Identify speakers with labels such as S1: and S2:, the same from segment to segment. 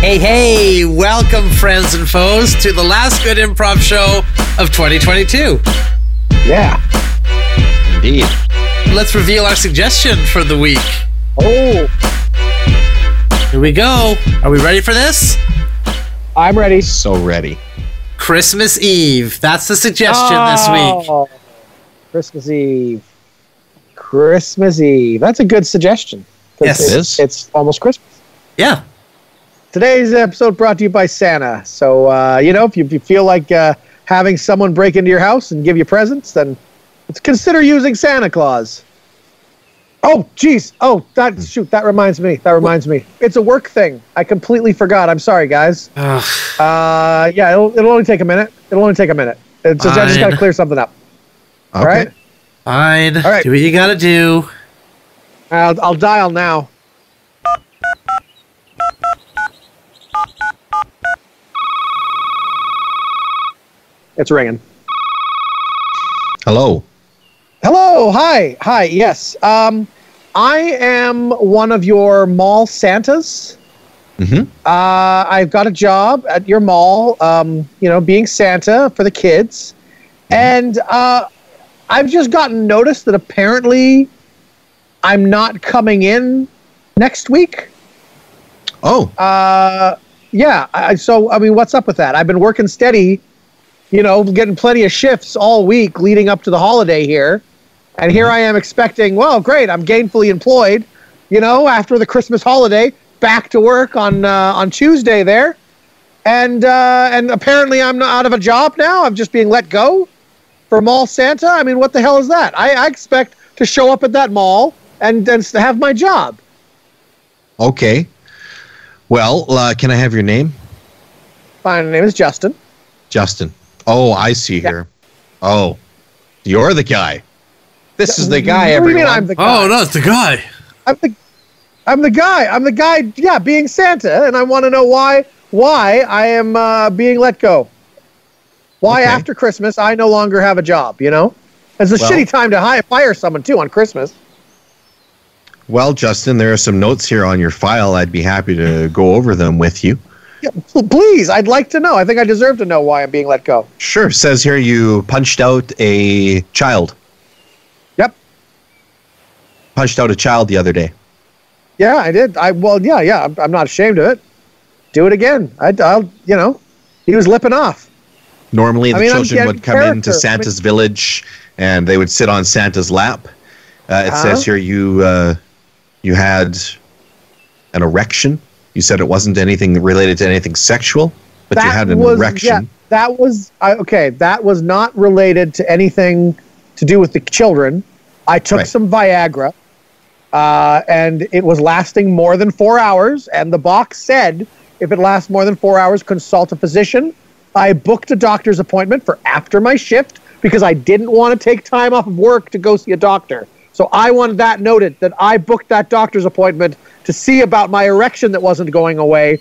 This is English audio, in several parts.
S1: Hey, hey, welcome, friends and foes, to the last good improv show of 2022.
S2: Yeah.
S3: Indeed.
S1: Let's reveal our suggestion for the week.
S2: Oh,
S1: Here we go. Are we ready for this?
S2: I'm ready.
S3: So ready.
S1: Christmas Eve. That's the suggestion this week.
S2: Oh, Christmas Eve. Christmas Eve. That's a good suggestion. 'Cause
S1: Yes, it
S2: it's,
S3: is.
S2: It's almost Christmas.
S1: Yeah.
S2: Today's episode brought to you by Santa. So, uh, you know, if you, if you feel like uh, having someone break into your house and give you presents, then let's consider using Santa Claus. Oh, geez. Oh, that, shoot, that reminds me. That reminds me. It's a work thing. I completely forgot. I'm sorry, guys.
S1: Ugh.
S2: Uh, yeah, it'll, it'll only take a minute. It'll only take a minute. It's just, I just got to
S1: Fine.
S2: clear something up.
S3: Okay.
S2: All right.
S1: Fine.
S2: All right.
S1: Do what you gotta do.
S2: I'll, I'll dial now. It's ringing.
S3: Hello.
S2: Hello. Hi. Hi. Yes. Um, I am one of your mall Santas.
S3: Mm-hmm.
S2: Uh, I've got a job at your mall, um, you know, being Santa for the kids. And uh, I've just gotten notice that apparently I'm not coming in next week.
S3: Oh,
S2: Uh, yeah. I, I- so, I mean, what's up with that? I've been working steady, you know, getting plenty of shifts all week leading up to the holiday here. And here I am expecting, well, great, I'm gainfully employed, you know, after the Christmas holiday, back to work on uh, on Tuesday there. And uh, and apparently I'm not out of a job now. I'm just being let go for Mall Santa. I mean, what the hell is that? I, I expect to show up at that mall and, and s- have my job.
S3: okay. Well, uh, can I have your name?
S2: My name is Justin.
S3: Justin. Oh, I see
S2: Yeah.
S3: here. Oh, you're the guy. This is the guy,
S2: What do you
S3: everyone.
S2: mean I'm the guy?
S1: Oh, no, it's the guy.
S2: I'm the, I'm the guy. I'm the guy. Yeah, being Santa, and I want to know why why I am uh, being let go. Why
S3: Okay.
S2: after Christmas I no longer have a job? You know, it's a
S3: Well-
S2: shitty time to hire fire someone too on Christmas.
S3: well, Justin, there are some notes here on your file. I'd be happy to go over them with you.
S2: P- Please, I'd like to know. I think I deserve to know why I'm being let go.
S3: Sure. Says here you punched out a child.
S2: Yep.
S3: Punched out a child the other day.
S2: Yeah, I did. I well, yeah, yeah. I'm, I'm not ashamed of it. Do it again. I, will you know, he was lipping off.
S3: Normally,
S2: I
S3: the
S2: mean, I'm
S3: children
S2: getting
S3: would come into
S2: character.
S3: Santa's village and they would sit on Santa's lap. Uh, it
S2: Uh-huh.
S3: says here you uh, you had an erection. You said it wasn't anything related to anything sexual, but you had an
S2: yeah,
S3: erection.
S2: that was I, okay. That was not related to anything to do with the children. I took
S3: Right.
S2: some Viagra, uh, and it was lasting more than four hours. And the box said, if it lasts more than four hours, consult a physician. I booked a doctor's appointment for after my shift because I didn't want to take time off of work to go see a doctor. So I wanted that noted that I booked that doctor's appointment to see about my erection that wasn't going away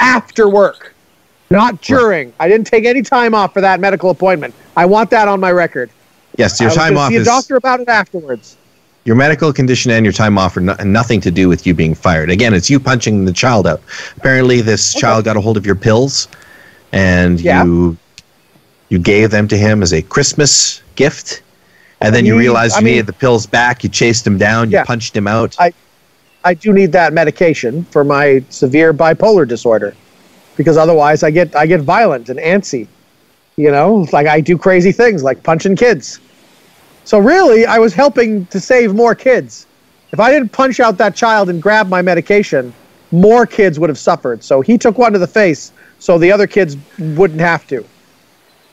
S2: after work, not during. I didn't take any time off for that medical appointment. I want that on my record.
S3: Yes,
S2: I
S3: your
S2: was
S3: time
S2: gonna
S3: off
S2: see a
S3: is
S2: doctor about it afterwards.
S3: your medical condition and your time off are no- nothing to do with you being fired. Again, it's you punching the child out. Apparently, this child got a hold of your pills, and
S2: Yeah.
S3: you you gave them to him as a Christmas gift. And then you
S2: Mm,
S3: realized
S2: I
S3: you
S2: mean-
S3: needed the pills back. You chased him down. You
S2: Yeah.
S3: punched him out.
S2: I- I do need that medication for my severe bipolar disorder because otherwise I get I get violent and antsy. You know, like I do crazy things like punching kids. So really, I was helping to save more kids. If I didn't punch out that child and grab my medication, more kids would have suffered. So he took one to the face so the other kids wouldn't have to.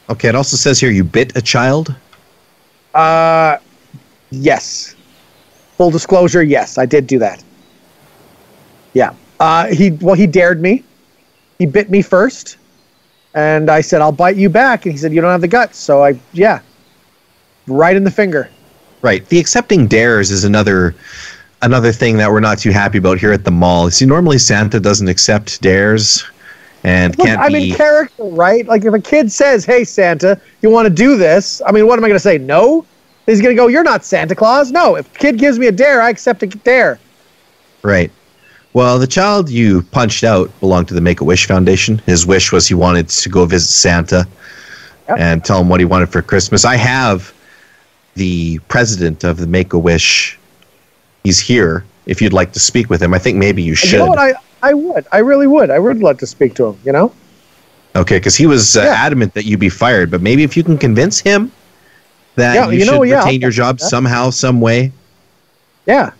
S3: okay. It also says here you bit a child.
S2: Uh yes. Full disclosure, yes, I did do that. Yeah. Uh, he well, he dared me. He bit me first, and I said, "I'll bite you back." And he said, "You don't have the guts." So I, yeah, right in the finger.
S3: Right. The accepting dares is another another thing that we're not too happy about here at the mall. See, normally Santa doesn't accept dares, and
S2: Look,
S3: can't
S2: I'm
S3: be.
S2: in character, right? Like if a kid says, "Hey, Santa, you want to do this?" I mean, what am I going to say? No. He's going to go, "You're not Santa Claus." No. If kid gives me a dare, I accept a dare.
S3: Right. Well, the child you punched out belonged to the Make a Wish Foundation. His wish was he wanted to go visit Santa
S2: Yep.
S3: and tell him what he wanted for Christmas. I have the president of the Make a Wish. He's here. If you'd like to speak with him, I think maybe you should.
S2: You know what? I, I would. I really would. I would love to speak to him, you know?
S3: Okay, because he was uh,
S2: Yeah.
S3: adamant that you be fired, but maybe if you can convince him that
S2: Yeah,
S3: you,
S2: you know,
S3: should
S2: yeah,
S3: retain
S2: I'll-
S3: your job
S2: yeah.
S3: somehow, some way.
S2: Yeah.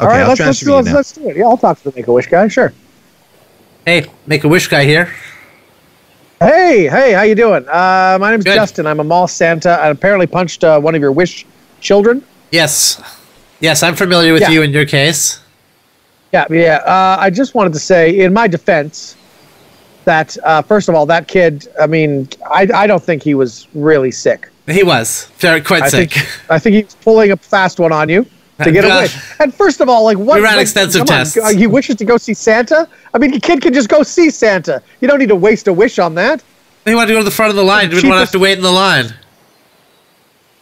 S3: Okay,
S2: All right,
S3: I'll
S2: let's, let's,
S3: transfer
S2: do,
S3: you
S2: let's,
S3: now.
S2: let's do it. Yeah, I'll talk to the Make a Wish guy. Sure.
S1: Hey, make a wish guy here.
S2: Hey, hey, how you doing? Uh, my name's
S1: Good.
S2: Justin. I'm a mall Santa. I apparently punched uh, one of your wish children.
S1: Yes. Yes, I'm familiar with
S2: Yeah.
S1: you in your case.
S2: Yeah, yeah. Uh, I just wanted to say, in my defense, that uh, first of all, that kid. I mean, I, I don't think he was really sick.
S1: He was very quite
S2: I
S1: sick.
S2: think I think he was pulling a fast one on you to get away.
S1: Gosh.
S2: And first of all, like what?
S1: We ran
S2: like,
S1: extensive
S2: come on,
S1: tests.
S2: uh, he wishes to go see Santa. I mean, the kid can just go see Santa. You don't need to waste a wish on that.
S1: he wanted to go to the front of the line. He didn't want to have
S2: cheapest-
S1: to wait in the line.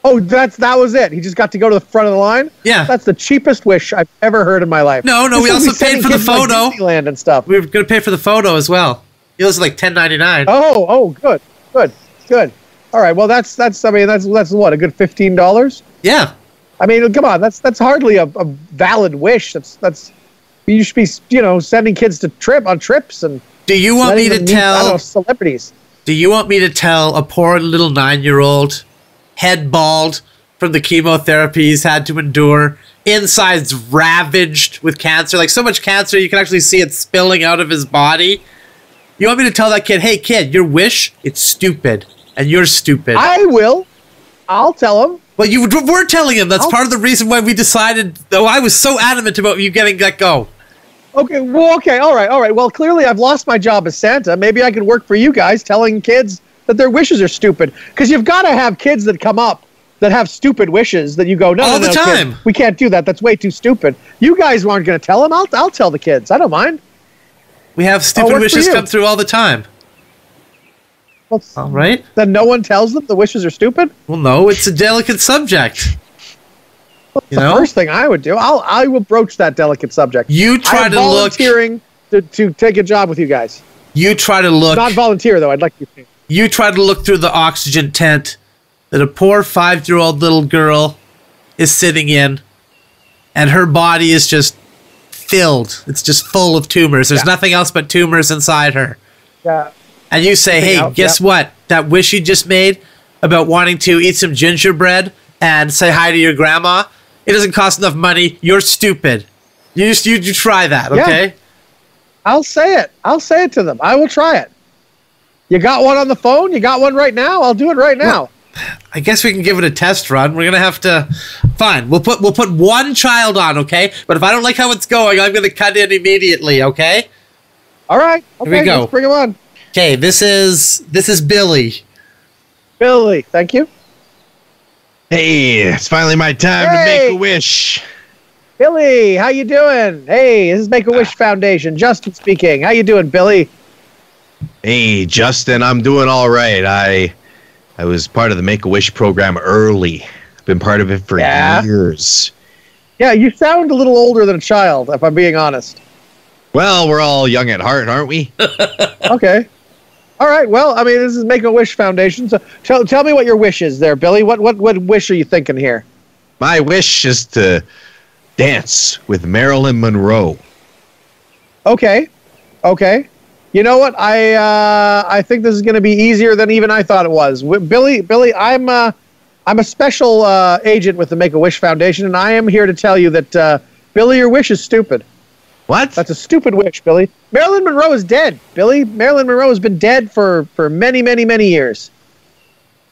S2: Oh, that's that was it. He just got to go to the front of the line.
S1: Yeah.
S2: That's the cheapest wish I've ever heard in my life.
S1: No, no, we
S2: will be
S1: also paid
S2: sending
S1: for the
S2: kids to, like,
S1: photo.
S2: Disneyland and stuff.
S1: We were going to pay for the photo as well. It was like 10.99.
S2: Oh, oh, good, good, good. All right. Well, that's that's. I mean, that's that's what a good fifteen dollars.
S1: Yeah.
S2: I mean, come on, that's that's hardly a, a valid wish. That's that's you should be you know sending kids to trip on trips and
S1: Do you want me
S2: letting
S1: to
S2: them meet, I don't know,
S1: tell
S2: celebrities.
S1: Do you want me to tell a poor little 9-year-old head bald from the chemotherapy he's had to endure, insides ravaged with cancer, like so much cancer you can actually see it spilling out of his body? You want me to tell that kid, "Hey kid, your wish, it's stupid." And you're stupid.
S2: I will. I'll tell them.
S1: Well, you d- were telling him. That's
S2: I'll-
S1: part of the reason why we decided. Though I was so adamant about you getting let go.
S2: Okay. Well, okay. All right. All right. Well, clearly I've lost my job as Santa. Maybe I could work for you guys, telling kids that their wishes are stupid. Because you've got to have kids that come up that have stupid wishes that you go, no,
S1: All
S2: no,
S1: the
S2: no, kid,
S1: time.
S2: we can't do that. That's way too stupid. You guys aren't going to tell them. I'll, I'll tell the kids. I don't mind.
S1: We have stupid
S2: Oh, work for
S1: wishes
S2: you.
S1: come through all the time.
S2: Well,
S1: All right.
S2: Then no one tells them the wishes are stupid.
S1: Well, no, it's a delicate subject.
S2: That's
S1: You
S2: the
S1: know?
S2: first thing I would do. I'll I will broach that delicate subject.
S1: You try
S2: I'm
S1: to look.
S2: volunteering to, to take a job with you guys.
S1: You try to look.
S2: Not volunteer though. I'd like you. to.
S1: you try to look through the oxygen tent that a poor five-year-old little girl is sitting in, and her body is just filled. It's just full of tumors. There's nothing else but tumors inside her.
S2: Yeah.
S1: and you say, "Hey,
S2: out,
S1: guess what? That wish you just made about wanting to eat some gingerbread and say hi to your grandma, it doesn't cost enough money. You're stupid. You just you, you try that,
S2: Yeah.
S1: okay?
S2: I'll say it. I'll say it to them. I will try it. You got one on the phone? You got one right now? I'll do it right now.
S1: I guess we can give it a test run. We're gonna have to. Fine, we'll put we'll put one child on, okay? But if I don't like how it's going, I'm gonna cut in immediately, okay?
S2: All right. Okay,
S1: we go.
S2: Let's bring him on.
S1: Okay, this is this is Billy.
S2: Billy, thank you.
S3: Hey, it's finally my time
S2: Hey!
S3: to make a wish.
S2: Billy, how you doing? Hey, this is Make a Wish Foundation. Justin speaking. How you doing, Billy?
S3: Hey, Justin, I'm doing all right. I I was part of the Make a Wish program early. I've been part of it for
S2: Yeah?
S3: years.
S2: Yeah, you sound a little older than a child, if I'm being honest.
S3: Well, we're all young at heart, aren't we?
S2: Okay. All right. Well, I mean, this is Make a Wish Foundation. So tell, tell me what your wish is there, Billy. What, what what wish are you thinking here?
S3: my wish is to dance with Marilyn Monroe.
S2: Okay. Okay. You know what? I uh, I think this is going to be easier than even I thought it was. W- Billy, Billy, I'm uh, I'm a special uh, agent with the Make a Wish Foundation, and I am here to tell you that uh, Billy, your wish is stupid.
S3: What?
S2: That's a stupid wish, Billy. Marilyn Monroe is dead, Billy. Marilyn Monroe has been dead for for many, many, many years.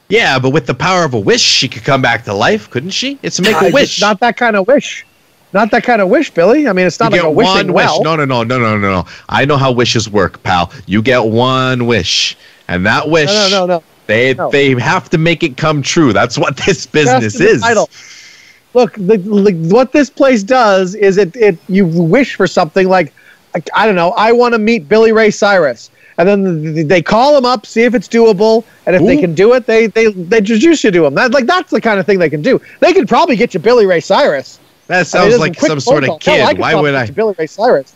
S3: yeah, but with the power of a wish, she could come back to life, couldn't she? It's a make
S2: I-
S3: a wish.
S2: Not that kind of wish. Not that kind of wish, Billy. I mean, it's not
S3: you
S2: like a
S3: get
S2: wishing
S3: one
S2: well.
S3: wish. No, no, no, no, no, no, no. I know how wishes work, pal. You get one wish, and that wish,
S2: no, no, no.
S3: they
S2: no.
S3: they have to make it come true. That's what this business
S2: Just as a
S3: is.
S2: title. Look, the, the, what this place does is it, it you wish for something like, like, I don't know, I want to meet Billy Ray Cyrus. And then th- th- they call him up, see if it's doable, and if they
S3: Ooh.
S2: can do it, they they they introduce you to him. That like that's the kind of thing they can do. They could probably get you Billy Ray Cyrus.
S3: That
S2: I mean,
S3: sounds
S2: there's
S3: like
S2: quick
S3: some
S2: phone
S3: sort of
S2: call. Hell, I
S3: kid.
S2: could
S3: Why
S2: probably
S3: would
S2: get
S3: I?
S2: you Billy Ray Cyrus?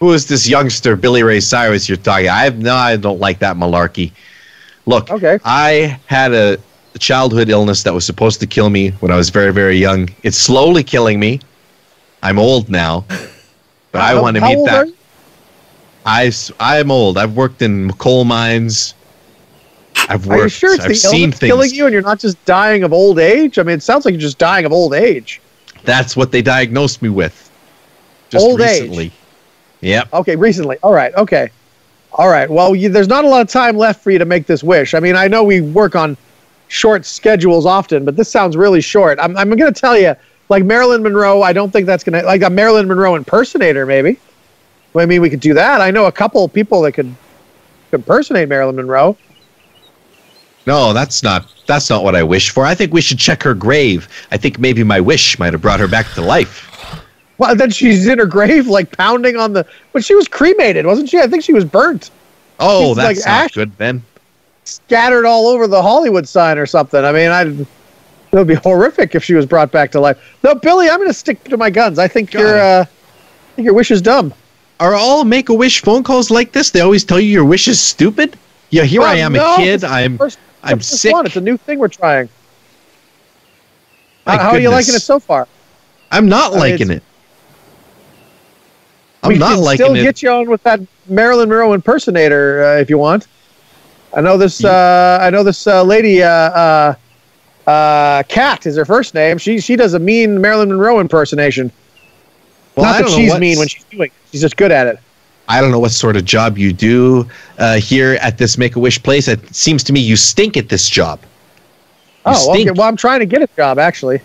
S3: Who is this youngster, Billy Ray Cyrus? You're talking? I have no, I don't like that malarkey. Look,
S2: Okay.
S3: I had a childhood illness that was supposed to kill me when I was very, very young. It's slowly killing me. I'm old now, but I
S2: How-
S3: want to
S2: how
S3: meet
S2: old
S3: that.
S2: are you?
S3: I s- I'm old. I've worked in coal mines. I've worked.
S2: Are you sure it's
S3: I've
S2: the
S3: seen
S2: illness
S3: things.
S2: killing you and you're not just dying of old age? I mean, it sounds like you're just dying of old age.
S3: That's what they diagnosed me with. Just
S2: Old age.
S3: recently. Yep.
S2: Okay, recently. All right, okay. All right. Well, you, there's not a lot of time left for you to make this wish. I mean, I know we work on short schedules often, but this sounds really short. I'm, I'm going to tell you, like Marilyn Monroe, I don't think that's going to, like a Marilyn Monroe impersonator, maybe. I mean, we could do that. I know a couple people that could, could impersonate Marilyn Monroe.
S3: No, that's not that's not what I wish for. I think we should check her grave. I think maybe my wish might have brought her back to life.
S2: Well, then she's in her grave, like pounding on the, but she was cremated, wasn't she? I think she was burnt.
S3: Oh,
S2: She's
S3: that's
S2: like
S3: not
S2: Ash-
S3: good then.
S2: scattered all over the Hollywood sign or something. I mean, I'd it would be horrific if she was brought back to life. No, Billy, I'm going to stick to my guns. I think
S3: Got
S2: your
S3: it.
S2: uh, I think your wish is dumb.
S3: Are all make a wish phone calls like this? They always tell you your wish is stupid? Yeah, here I
S2: Well,
S3: am
S2: no,
S3: a kid.
S2: it's the
S3: I'm
S2: First,
S3: I'm
S2: first
S3: sick.
S2: One. It's a new thing we're trying.
S3: My
S2: How, how are you
S3: goodness.
S2: liking it so far?
S3: I'm not
S2: mean,
S3: liking
S2: it's-
S3: it. I'm
S2: we
S3: not
S2: can
S3: liking
S2: still
S3: it.
S2: get you on with that Marilyn Monroe impersonator uh, if you want. I know this. Uh, I know this uh, lady. Uh, uh, uh, Kat is her first name. She she does a mean Marilyn Monroe impersonation.
S3: Well, I
S2: Not that
S3: don't know
S2: she's
S3: what's-
S2: mean when she's doing it. She's just good at it.
S3: I don't know what sort of job you do uh, here at this Make a Wish place. It seems to me you stink at this job. You
S2: Oh, okay.
S3: stink.
S2: Well, I'm trying to get a job actually.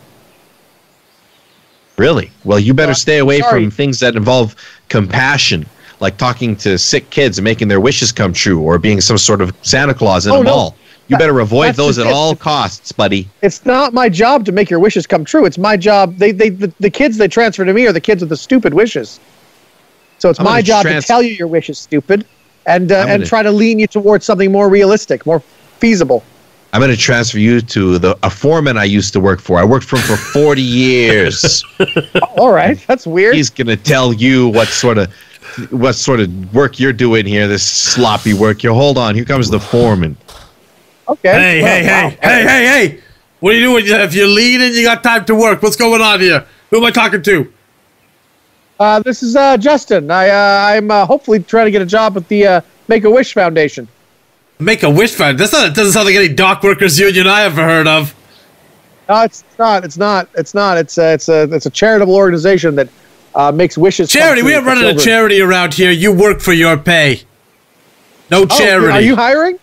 S3: Really? Well, you better
S2: Well,
S3: stay away
S2: Uh, sorry.
S3: from things that involve compassion, like talking to sick kids and making their wishes come true, or being some sort of Santa Claus in
S2: Oh,
S3: a
S2: no.
S3: mall. You
S2: That-
S3: better avoid
S2: that's
S3: those
S2: just
S3: at
S2: it.
S3: all costs, buddy.
S2: It's not my job to make your wishes come true. It's my job. They, they, the, the kids they transfer to me are the kids with the stupid wishes. So it's
S3: I'm
S2: my
S3: gonna
S2: job
S3: trans-
S2: to tell you your wishes, stupid, and uh,
S3: I'm
S2: and
S3: gonna-
S2: try to lean you towards something more realistic, more feasible.
S3: I'm going to transfer you to the a foreman I used to work for. I worked for him for 40 years.
S2: All right, that's weird.
S3: He's going to tell you what sort of what sort of work you're doing here. This sloppy work. Here, hold on. Here comes the foreman.
S2: okay.
S1: Hey,
S2: Well,
S1: hey,
S2: wow.
S1: hey, hey, hey, hey! What are you doing? If you're lean and you got time to work, what's going on here? Who am I talking to?
S2: Uh, this is uh, Justin. I uh, I'm uh, hopefully trying to get a job with the uh, Make a Wish Foundation.
S1: Make a wish fund. That's not. It doesn't sound like any dock workers union I ever heard of.
S2: No, it's not. It's not. It's not. It's uh, it's a it's a charitable organization that uh, makes wishes. come
S1: Charity. We
S2: true
S1: are
S2: for
S1: running a
S2: children.
S1: charity around here. You work for your pay. No
S2: Oh,
S1: charity.
S2: Are you hiring?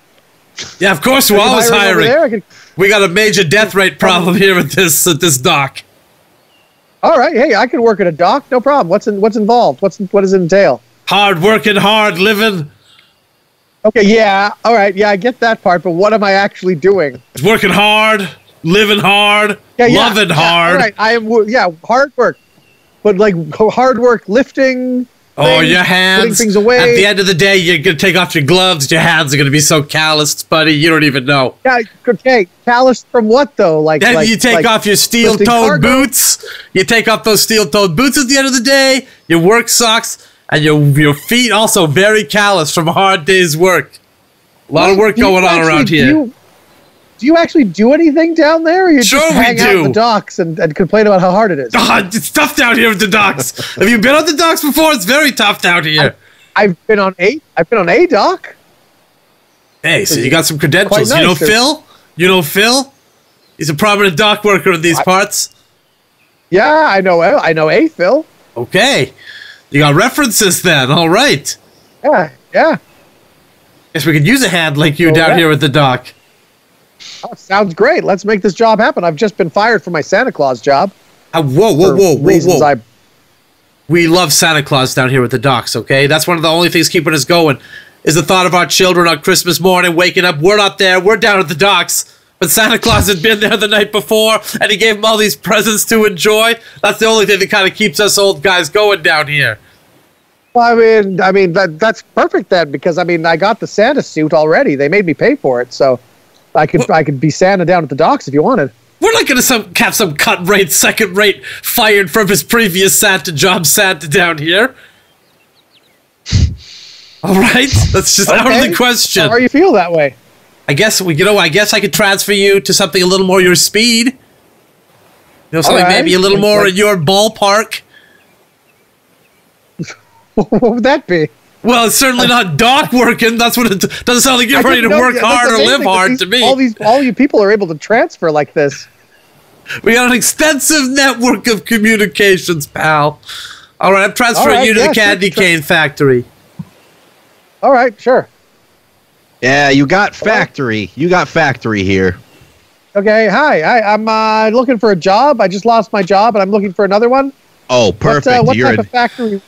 S1: yeah, of course we're
S2: Are you
S1: always
S2: over
S1: hiring.
S2: there? I could-
S1: We got a major death rate problem here at this at this dock.
S2: all right. Hey, I could work at a dock. No problem. What's in, what's involved? What's what does it entail?
S1: Hard working, hard living.
S2: Okay. Yeah. All right. Yeah, I get that part. But what am I actually doing?
S1: Working hard, living hard,
S2: Yeah. yeah
S1: loving
S2: yeah,
S1: hard.
S2: All right. I am. wo- Yeah. Hard work. But like h- hard work, lifting.
S1: Oh,
S2: things,
S1: your
S2: Putting
S1: hands.
S2: things away.
S1: At the end of the day, you're going to take off your gloves. Your hands are going to be so calloused, buddy. You don't even know.
S2: yeah. Okay. Calloused from what though? Like.
S1: Then
S2: like-
S1: you take
S2: like
S1: off your steel
S2: cargo?
S1: toed boots. You take off those steel toed boots at the end of the day, your work socks, and your, your feet also very callous from a hard day's work. A lot of work
S2: Do you
S1: going on
S2: actually
S1: around here.
S2: Do, do you actually do anything down there? Or you
S1: Sure
S2: just
S1: we
S2: hang out in
S1: do.
S2: the docks and, and complain about how hard it is.
S1: God, Ah, it's tough down here at the docks. Have you been on the docks before? It's very tough down here.
S2: I've been on a I've been on a dock.
S1: hey, so you got some credentials.
S2: Quite
S1: you know
S2: nice.
S1: Phil? You know Phil? He's a prominent dock worker in these parts.
S2: Yeah, I know eh, I know a Phil.
S1: Okay. You got references then. All right.
S2: Yeah, yeah.
S1: Guess we could use a hand like you
S2: All
S1: down
S2: right.
S1: here at the dock.
S2: Oh, sounds great. Let's make this job happen. I've just been fired from my Santa Claus job.
S1: Uh, whoa, whoa,
S2: for
S1: whoa, whoa,
S2: reasons
S1: whoa.
S2: I
S1: we love Santa Claus down here at the docks, okay? That's one of the only things keeping us going is the thought of our children on Christmas morning waking up. We're not there, we're down at the docks. But Santa Claus had been there the night before and he gave them all these presents to enjoy. That's the only thing that kind of keeps us old guys going down here.
S2: Well, I mean, I mean that that's perfect then because I mean I got the Santa suit already. They made me pay for it, so I could I could be Santa down at the docks if you wanted.
S1: We're not going to some, have some cut rate, second rate, fired from his previous Santa job Santa down here. All right, that's just out of
S2: Okay.
S1: the question.
S2: How you feel that way?
S1: I guess we, you know, I guess I could transfer you to something a little more your speed. You know, something
S2: right.
S1: maybe a little more in your ballpark.
S2: what would that be?
S1: Well, it's certainly not dock working. That's what it doesn't sound like you're ready to
S2: No,
S1: work
S2: that's
S1: hard or
S2: amazing
S1: live
S2: that
S1: hard
S2: these-
S1: to me.
S2: All these, all you people are able to transfer like this.
S1: we got an extensive network of communications, pal. All right, I'm transferring
S2: All right,
S1: you to
S2: yeah,
S1: the
S2: sure,
S1: candy
S2: sure.
S1: cane factory.
S2: All right, sure.
S3: Yeah, you got factory. You got factory here.
S2: Okay, hi. I, I'm uh, looking for a job. I just lost my job, and I'm looking for another one.
S3: Oh, perfect.
S2: What, uh, what
S3: You're
S2: type
S3: a,
S2: of factory?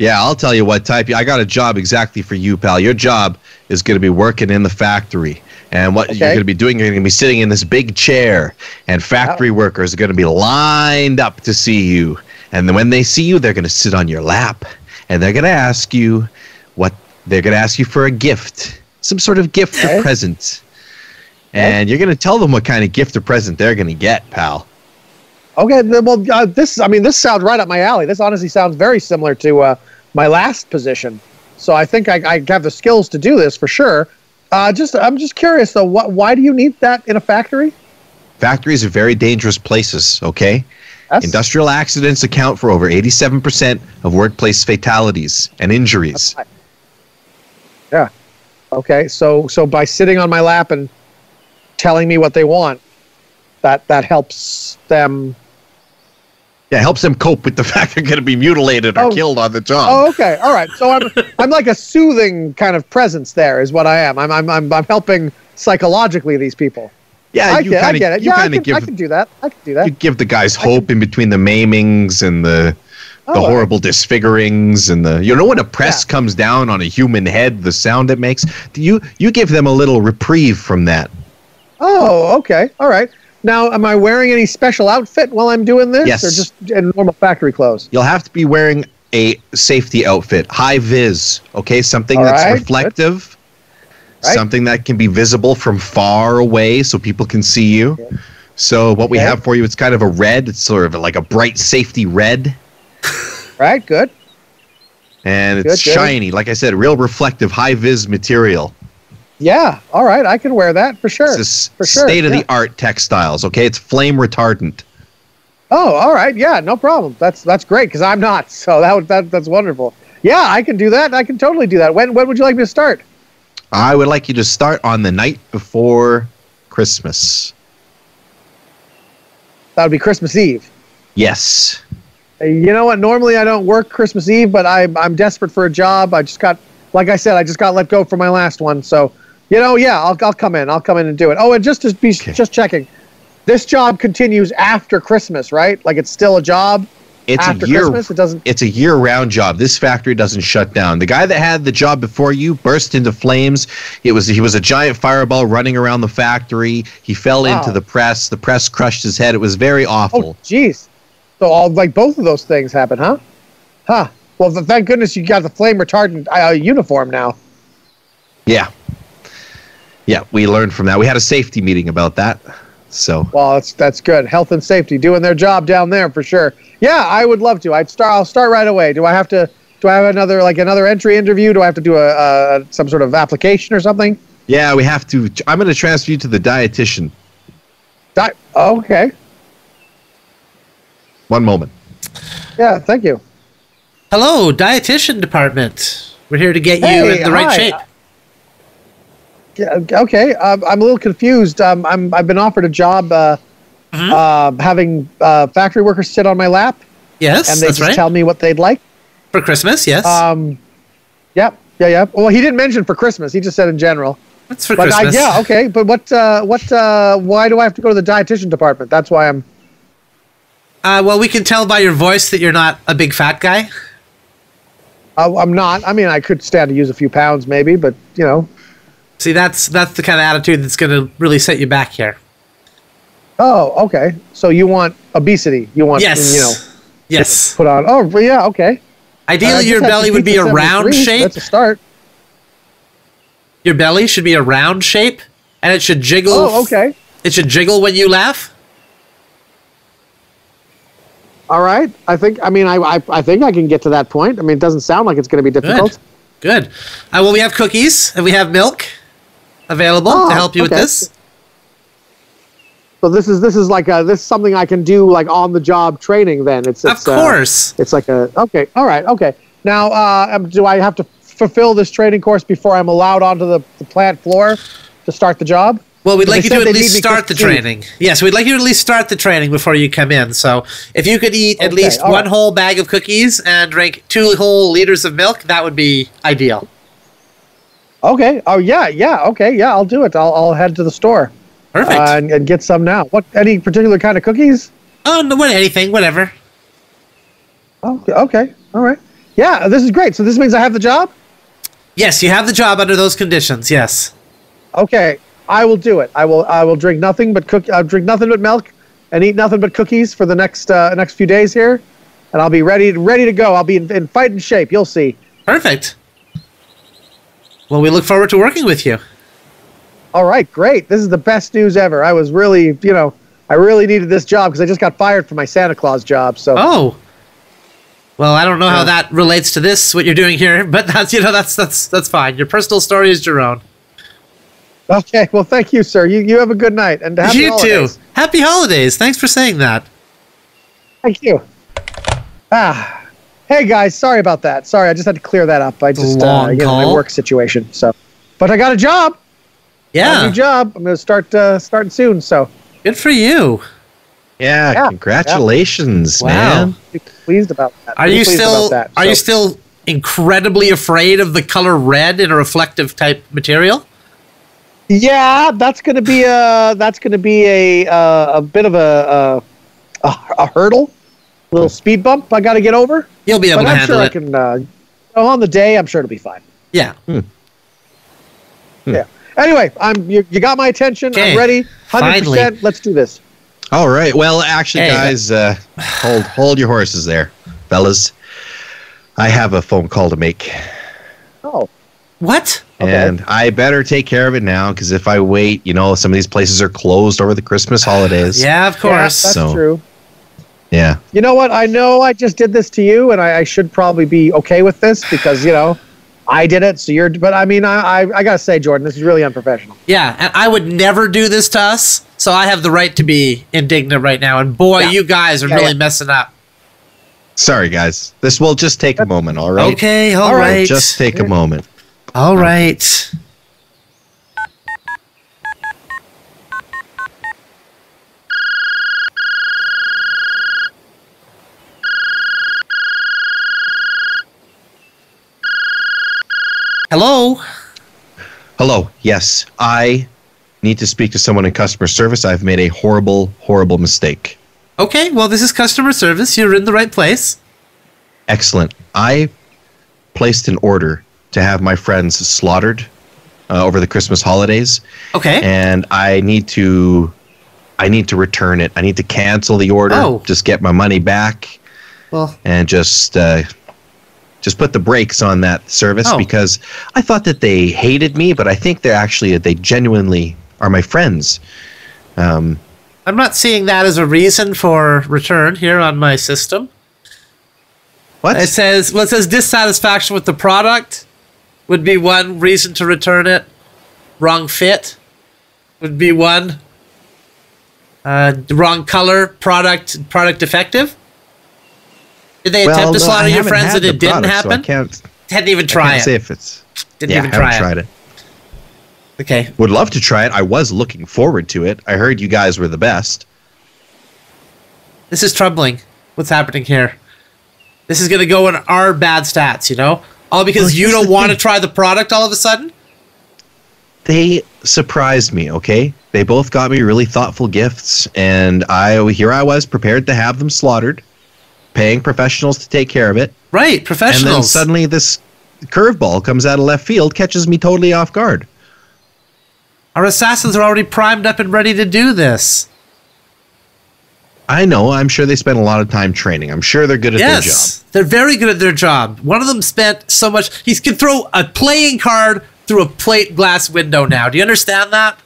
S3: yeah. I'll tell you what type. I got a job exactly for you, pal. Your job is going to be working in the factory, and what you're
S2: Okay.
S3: going to be doing, you're going to be sitting in this big chair, and factory workers are going to be lined up to see you, and then when they see you, they're going to sit on your lap, and they're going to ask you what they're going to ask you for a gift, some sort of gift
S2: Okay.
S3: or present, and you're going to tell them what kind of gift or present they're going to get, pal.
S2: Okay, then, well, uh, this. I mean, this sounds right up my alley. This honestly sounds very similar to uh, my last position. So I think I, I have the skills to do this for sure. Uh, just, I'm just curious though. What, why do you need that in a factory?
S3: Factories are very dangerous places, okay?
S2: That's,
S3: Industrial accidents account for over 87% of workplace fatalities and injuries.
S2: Okay, so so by sitting on my lap and telling me what they want, that that helps them.
S3: Yeah, it helps them cope with the fact they're going to be mutilated or
S2: Oh.
S3: killed on the job.
S2: Oh, okay, all right. So I'm I'm like a soothing kind of presence. There is what I am. I'm I'm I'm, I'm helping psychologically these people.
S3: yeah,
S2: I,
S3: you
S2: get,
S3: kind
S2: I get it.
S3: of you
S2: Yeah, I
S3: kind
S2: can,
S3: of
S2: I
S3: give
S2: can do that. I can do
S3: you
S2: that.
S3: give the guys hope in between the maimings and the the
S2: Oh, all
S3: horrible disfigurings and the you know when a press
S2: Yeah.
S3: comes down on a human head, the sound it makes. Do you you give them a little reprieve from that?
S2: Oh, okay. All right. Now, am I wearing any special outfit while I'm doing this,
S3: Yes.
S2: or just in normal factory clothes?
S3: You'll have to be wearing a safety outfit, high vis, okay? Something
S2: All
S3: that's
S2: right,
S3: reflective,
S2: Right.
S3: something that can be visible from far away so people can see you. So, what we
S2: Okay.
S3: have for you, it's kind of a red, it's sort of like a bright safety red,
S2: Right. Good.
S3: and it's
S2: Good, good.
S3: shiny. Like I said, real reflective, high vis material.
S2: Yeah. All right. I can wear that for sure.
S3: It's
S2: for
S3: this
S2: sure,
S3: state of the art textiles, okay? It's flame retardant.
S2: Oh, all right. Yeah, no problem. That's that's great because I'm not. So that, would- that that's wonderful. Yeah, I can do that. I can totally do that. When when would you like me to start?
S3: I would like you to start on the night before Christmas.
S2: That would be Christmas Eve.
S3: Yes.
S2: Uh, You know what? Normally I don't work Christmas Eve, but I'm I'm desperate for a job. I just got, like I said, I just got let go from my last one. So, you know, yeah, I'll I'll come in. I'll come in and do it. Oh, and just to be
S3: Okay.
S2: just checking, this job continues after Christmas, right? Like it's still a job
S3: It's
S2: after
S3: a year
S2: Christmas. It doesn't.
S3: it's a year-round job. This factory doesn't shut down. The guy that had the job before you burst into flames. It was he was a giant fireball running around the factory. He fell
S2: Wow.
S3: into the press. The press crushed his head. It was very awful.
S2: Oh, jeez. So all like both of those things happen, huh? Huh. Well, th- thank goodness you got the flame retardant uh, uniform now.
S3: Yeah, yeah. We learned from that. We had a safety meeting about that. So
S2: Well, that's that's good. Health and safety doing their job down there for sure. Yeah, I would love to. I'd start. I'll start right away. Do I have to? Do I have another like another entry interview? Do I have to do a uh, some sort of application or something?
S3: yeah, we have to. I'm going to transfer you to the dietitian.
S2: Di- okay.
S3: One moment.
S2: Yeah. Thank you.
S1: Hello, dietitian department. We're here to get you
S2: Hey,
S1: in the right
S2: hi.
S1: shape.
S2: Yeah, okay. Um, I'm a little confused. Um, I'm I've been offered a job. Uh,
S1: Mm-hmm.
S2: uh, having uh, factory workers sit on my lap
S1: Yes,
S2: and they
S1: that's
S2: just
S1: right.
S2: tell me what they'd like.
S1: For Christmas, yes.
S2: Um, yeah, yeah, yeah. Well, he didn't mention for Christmas. He just said in general.
S1: That's for
S2: But I,
S1: Christmas.
S2: yeah, okay. But what? Uh, what? Uh, why do I have to go to the dietitian department? That's why I'm.
S1: Uh, well, we can tell by your voice that you're not a big fat guy.
S2: I, I'm not. I mean, I could stand to use a few pounds, maybe. But you know.
S1: See, that's that's the kind of attitude that's going to really set you back here.
S2: Oh, okay. So you want obesity? You want?
S1: Yes.
S2: You know,
S1: yes.
S2: put on. Oh, well, yeah. Okay.
S1: Ideally,
S2: I guess
S1: your
S2: I
S1: belly
S2: could
S1: would
S2: keep
S1: be
S2: the
S1: a round
S2: 73,
S1: shape.
S2: That's a start.
S1: Your belly should be a round shape, and it should jiggle.
S2: Oh, okay.
S1: It should jiggle when you laugh.
S2: All right. I think. I mean, I, I. I think I can get to that point. I mean, it doesn't sound like it's going to be difficult.
S1: Good. Uh, well, we have cookies and we have milk available
S2: Oh,
S1: to help you with
S2: okay.
S1: this.
S2: So this is this is like a, this is something I can do like on the job training. Then it's, it's
S1: of
S2: uh,
S1: course.
S2: it's like a okay, all right, okay. Now, uh, um, do I have to fulfill this training course before I'm allowed onto the, the plant floor to start the job?
S1: Well, we'd
S2: They
S1: like you
S2: said
S1: to at
S2: they need
S1: least
S2: me
S1: start the
S2: 15.
S1: training. Yes, we'd like you to at least start the training before you come in. So, if you could eat at
S2: Okay,
S1: least
S2: all
S1: one
S2: right.
S1: whole bag of cookies and drink two whole liters of milk, that would be ideal.
S2: Okay. Oh yeah, yeah. Okay, yeah. I'll do it. I'll I'll head to the store uh,
S1: Perfect.
S2: and, and get some now. What? Any particular kind of cookies?
S1: oh, no, what, anything, whatever.
S2: Oh, okay. All right. Yeah, this is great. So this means I have the job.
S1: Yes, you have the job under those conditions. Yes.
S2: Okay, I will do it. I will. I will drink nothing but cook. I'll drink nothing but milk, and eat nothing but cookies for the next uh, next few days here, and I'll be ready ready to go. I'll be in, in fighting shape. You'll see.
S1: Perfect. Well, we look forward to working with you.
S2: All right, great. This is the best news ever. I was really, you know, I really needed this job because I just got fired from my Santa Claus job. So
S1: Oh. Well, I don't know how
S2: Yeah.
S1: that relates to this what you're doing here, but that's you know that's that's that's fine. Your personal story is your own.
S2: okay, well, thank you, sir. You you have a good night and happy
S1: you
S2: holidays.
S1: too. Happy holidays. Thanks for saying that.
S2: Thank you. Ah, hey guys, sorry about that. Sorry, I just had to clear that up. I
S1: a
S2: just uh,
S1: long
S2: you know my
S1: call.
S2: work situation. So, but I got a job.
S1: Yeah.
S2: a new job. I'm going to start uh, starting soon. So
S1: Good for you.
S3: Yeah,
S2: Yeah.
S3: congratulations,
S1: Wow.
S3: man.
S2: pleased about that.
S1: Are
S2: Pretty
S1: you
S2: pleased
S1: still
S2: about that,
S1: are
S2: so.
S1: you still incredibly afraid of the color red in a reflective type material?
S2: Yeah, that's going to be a that's going to be a uh, a bit of a, a a a hurdle, a little speed bump I got to get over.
S1: You'll be able
S2: But
S1: to
S2: I'm
S1: handle
S2: sure I
S1: it.
S2: can. Uh, so on the day, I'm sure it'll be fine.
S1: Yeah.
S2: Yeah. Anyway, I'm you, you got my attention.
S1: Okay.
S2: I'm ready. Hundred
S1: Finally.
S2: percent. Let's do this.
S3: All right. Well, actually,
S1: Hey.
S3: guys, uh, hold hold your horses there, fellas. I have a phone call to make,
S2: Oh,
S1: What?
S2: Okay.
S3: and I better take care of it now because if I wait, you know, some of these places are closed over the Christmas holidays.
S1: Yeah, of
S2: yeah,
S1: course.
S2: that's
S3: So-
S2: true.
S3: Yeah.
S2: You know what? I know I just did this to you, and I, I should probably be okay with this because you know I did it. So you're. But I mean, I, I I gotta say, Jordan, this is really unprofessional.
S1: Yeah, and I would never do this to us, so I have the right to be indignant right now. And boy,
S2: Yeah.
S1: you guys are
S2: Yeah,
S1: really
S2: yeah.
S1: messing up.
S3: Sorry, guys. This will just take a moment. All right.
S1: Okay, all
S2: All
S1: right.
S2: right,
S3: Just take a moment.
S1: all right. Hello?
S3: Hello. Yes, I need to speak to someone in customer service. I've made a horrible, horrible mistake.
S1: Okay, well, this is customer service. You're in the right place.
S3: Excellent. I placed an order to have my friends slaughtered uh, over the Christmas holidays,
S1: Okay.
S3: and I need to, I need to return it. I need to cancel the order.
S1: Oh.
S3: Just get my money back,
S1: well,
S3: and just, uh, just put the brakes on that service
S1: Oh.
S3: because I thought that they hated me, but I think they're actually they genuinely are my friends. Um,
S1: I'm not seeing that as a reason for return here on my system.
S3: what?
S1: It says well, it says dissatisfaction with the product would be one reason to return it. Wrong fit would be one. Uh, wrong color, product, product defective. Did they attempt to
S3: no, I
S1: slaughter your
S3: haven't
S1: friends
S3: had
S1: and
S3: the
S1: it didn't
S3: product, so
S1: happen?
S3: I can't,
S1: Didn't even
S3: I
S1: try
S3: can't say
S1: it.
S3: if it's.
S1: Didn't
S3: yeah,
S1: even
S3: I haven't
S1: try it.
S3: tried it.
S1: Okay.
S3: Would love to try it. I was looking forward to it. I heard you guys were the best.
S1: This is troubling. What's happening here? This is going to go in our bad stats, you know? All because
S3: Well,
S1: you
S3: here's
S1: don't
S3: the
S1: want to
S3: thing.
S1: try the product all of a sudden?
S3: They surprised me, okay? They both got me really thoughtful gifts and I here I was prepared to have them slaughtered, paying professionals to take care of it,
S1: Right,
S3: and then
S1: professionals.
S3: suddenly this curveball comes out of left field, catches me totally off guard.
S1: Our assassins are already primed up and ready to do this.
S3: I know, I'm sure they spent a lot of time training. I'm sure they're good at their job.
S1: yes, they're very good at their job. One of them spent so much. He can throw a playing card through a plate glass window now. Do you understand that?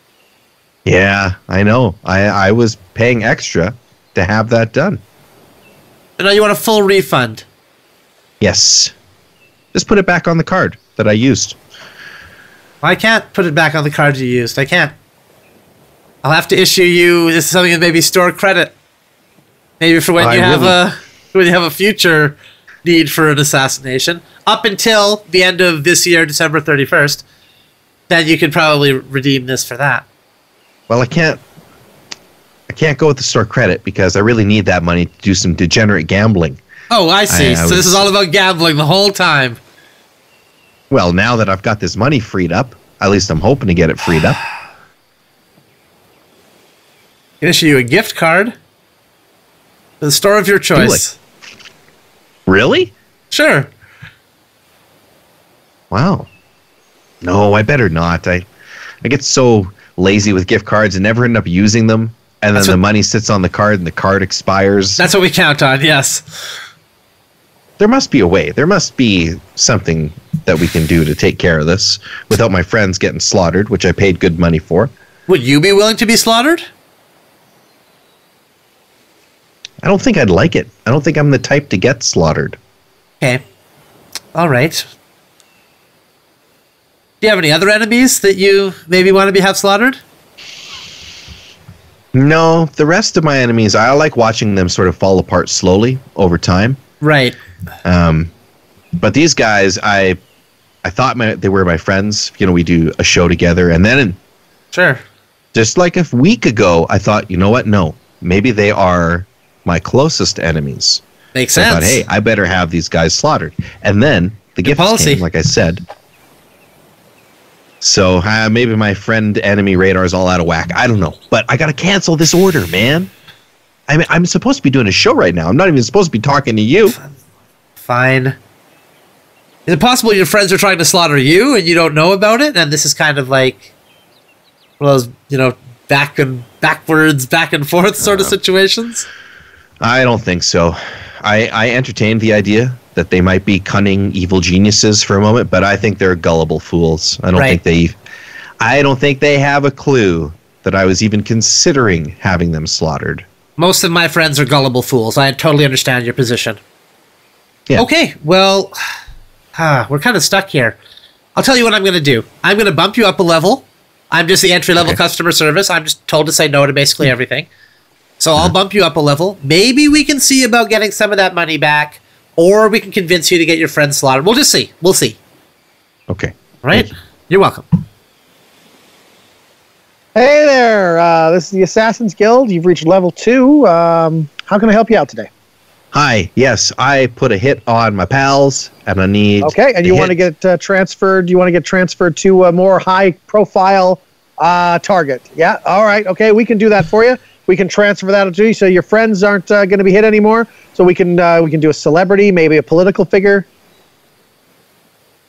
S3: Yeah, I know. I I was paying extra to have that done.
S1: And now you want a full refund.
S3: Yes. Just put it back on the card that I used.
S1: I can't put it back on the card you used. I can't. I'll have to issue you this is something that maybe store credit. Maybe for when
S3: I
S1: you have
S3: wouldn't.
S1: a when you have a future need for an assassination. Up until the end of this year, December thirty first, then you could probably redeem this for that.
S3: Well, I can't. I can't go with the store credit because I really need that money to do some degenerate gambling.
S1: Oh, I see.
S3: I
S1: so this
S3: was-
S1: is all about gambling the whole time.
S3: Well, now that I've got this money freed up, at least I'm hoping to get it freed up.
S1: can issue you a gift card to the store of your choice.
S3: Really?
S1: Sure.
S3: Wow. No, I better not. I I get so lazy with gift cards and never end up using them. And then
S1: That's
S3: the
S1: what-
S3: money sits on the card and the card expires.
S1: That's what we count on, yes.
S3: There must be a way. There must be something that we can do to take care of this without my friends getting slaughtered, which I paid good money for.
S1: Would you be willing to be slaughtered?
S3: I don't think I'd like it. I don't think I'm the type to get slaughtered.
S1: Okay. All right. Do you have any other enemies that you maybe want to be have slaughtered?
S3: No, the rest of my enemies, I like watching them sort of fall apart slowly over time.
S1: Right.
S3: Um, but these guys, I, I thought my, they were my friends. You know, we do a show together, and then
S1: Sure.
S3: just like a week ago, I thought, you know what? No, maybe they are my closest enemies.
S1: Makes
S3: So I
S1: sense.
S3: thought, hey, I better have these guys slaughtered. And then the gift
S1: policy.
S3: came, like I said. So uh, maybe my friend enemy radar is all out of whack. I don't know, but I gotta cancel this order, man. I mean, I'm supposed to be doing a show right now. I'm not even supposed to be talking to you.
S1: Fine. Is it possible your friends are trying to slaughter you and you don't know about it? And this is kind of like one of those, you know, back and backwards, back and forth sort
S3: Uh,
S1: of situations?
S3: I don't think so. I, I entertained the idea that they might be cunning, evil geniuses for a moment, but I think they're gullible fools. I don't
S1: Right.
S3: think they, e-, I don't think they have a clue that I was even considering having them slaughtered.
S1: Most of my friends are gullible fools. I totally understand your position.
S3: Yeah.
S1: Okay, well, ah, we're kind of stuck here. I'll tell you what I'm going to do. I'm going to bump you up a level. I'm just the entry level
S3: Okay. Hmm.
S1: customer service. I'm just told to say no to basically everything. So I'll bump you up a level. Maybe we can see about getting some of that money back, or we can convince you to get your friend slaughtered. We'll just see. We'll see.
S3: Okay.
S1: All right?
S3: Thank
S1: You're welcome.
S2: Hey there, uh, this is the Assassin's Guild. You've reached level two. Um, how can I help you out today?
S3: Hi. Yes, I put a hit on my pals, and I need.
S2: Okay, and
S3: the
S2: you want to
S3: hit.
S2: get uh, transferred? You want to get transferred to a more high-profile uh, target? Yeah. All right. Okay, we can do that for you. We can transfer that to you, so your friends aren't uh, going to be hit anymore. So we can uh, we can do a celebrity, maybe a political figure.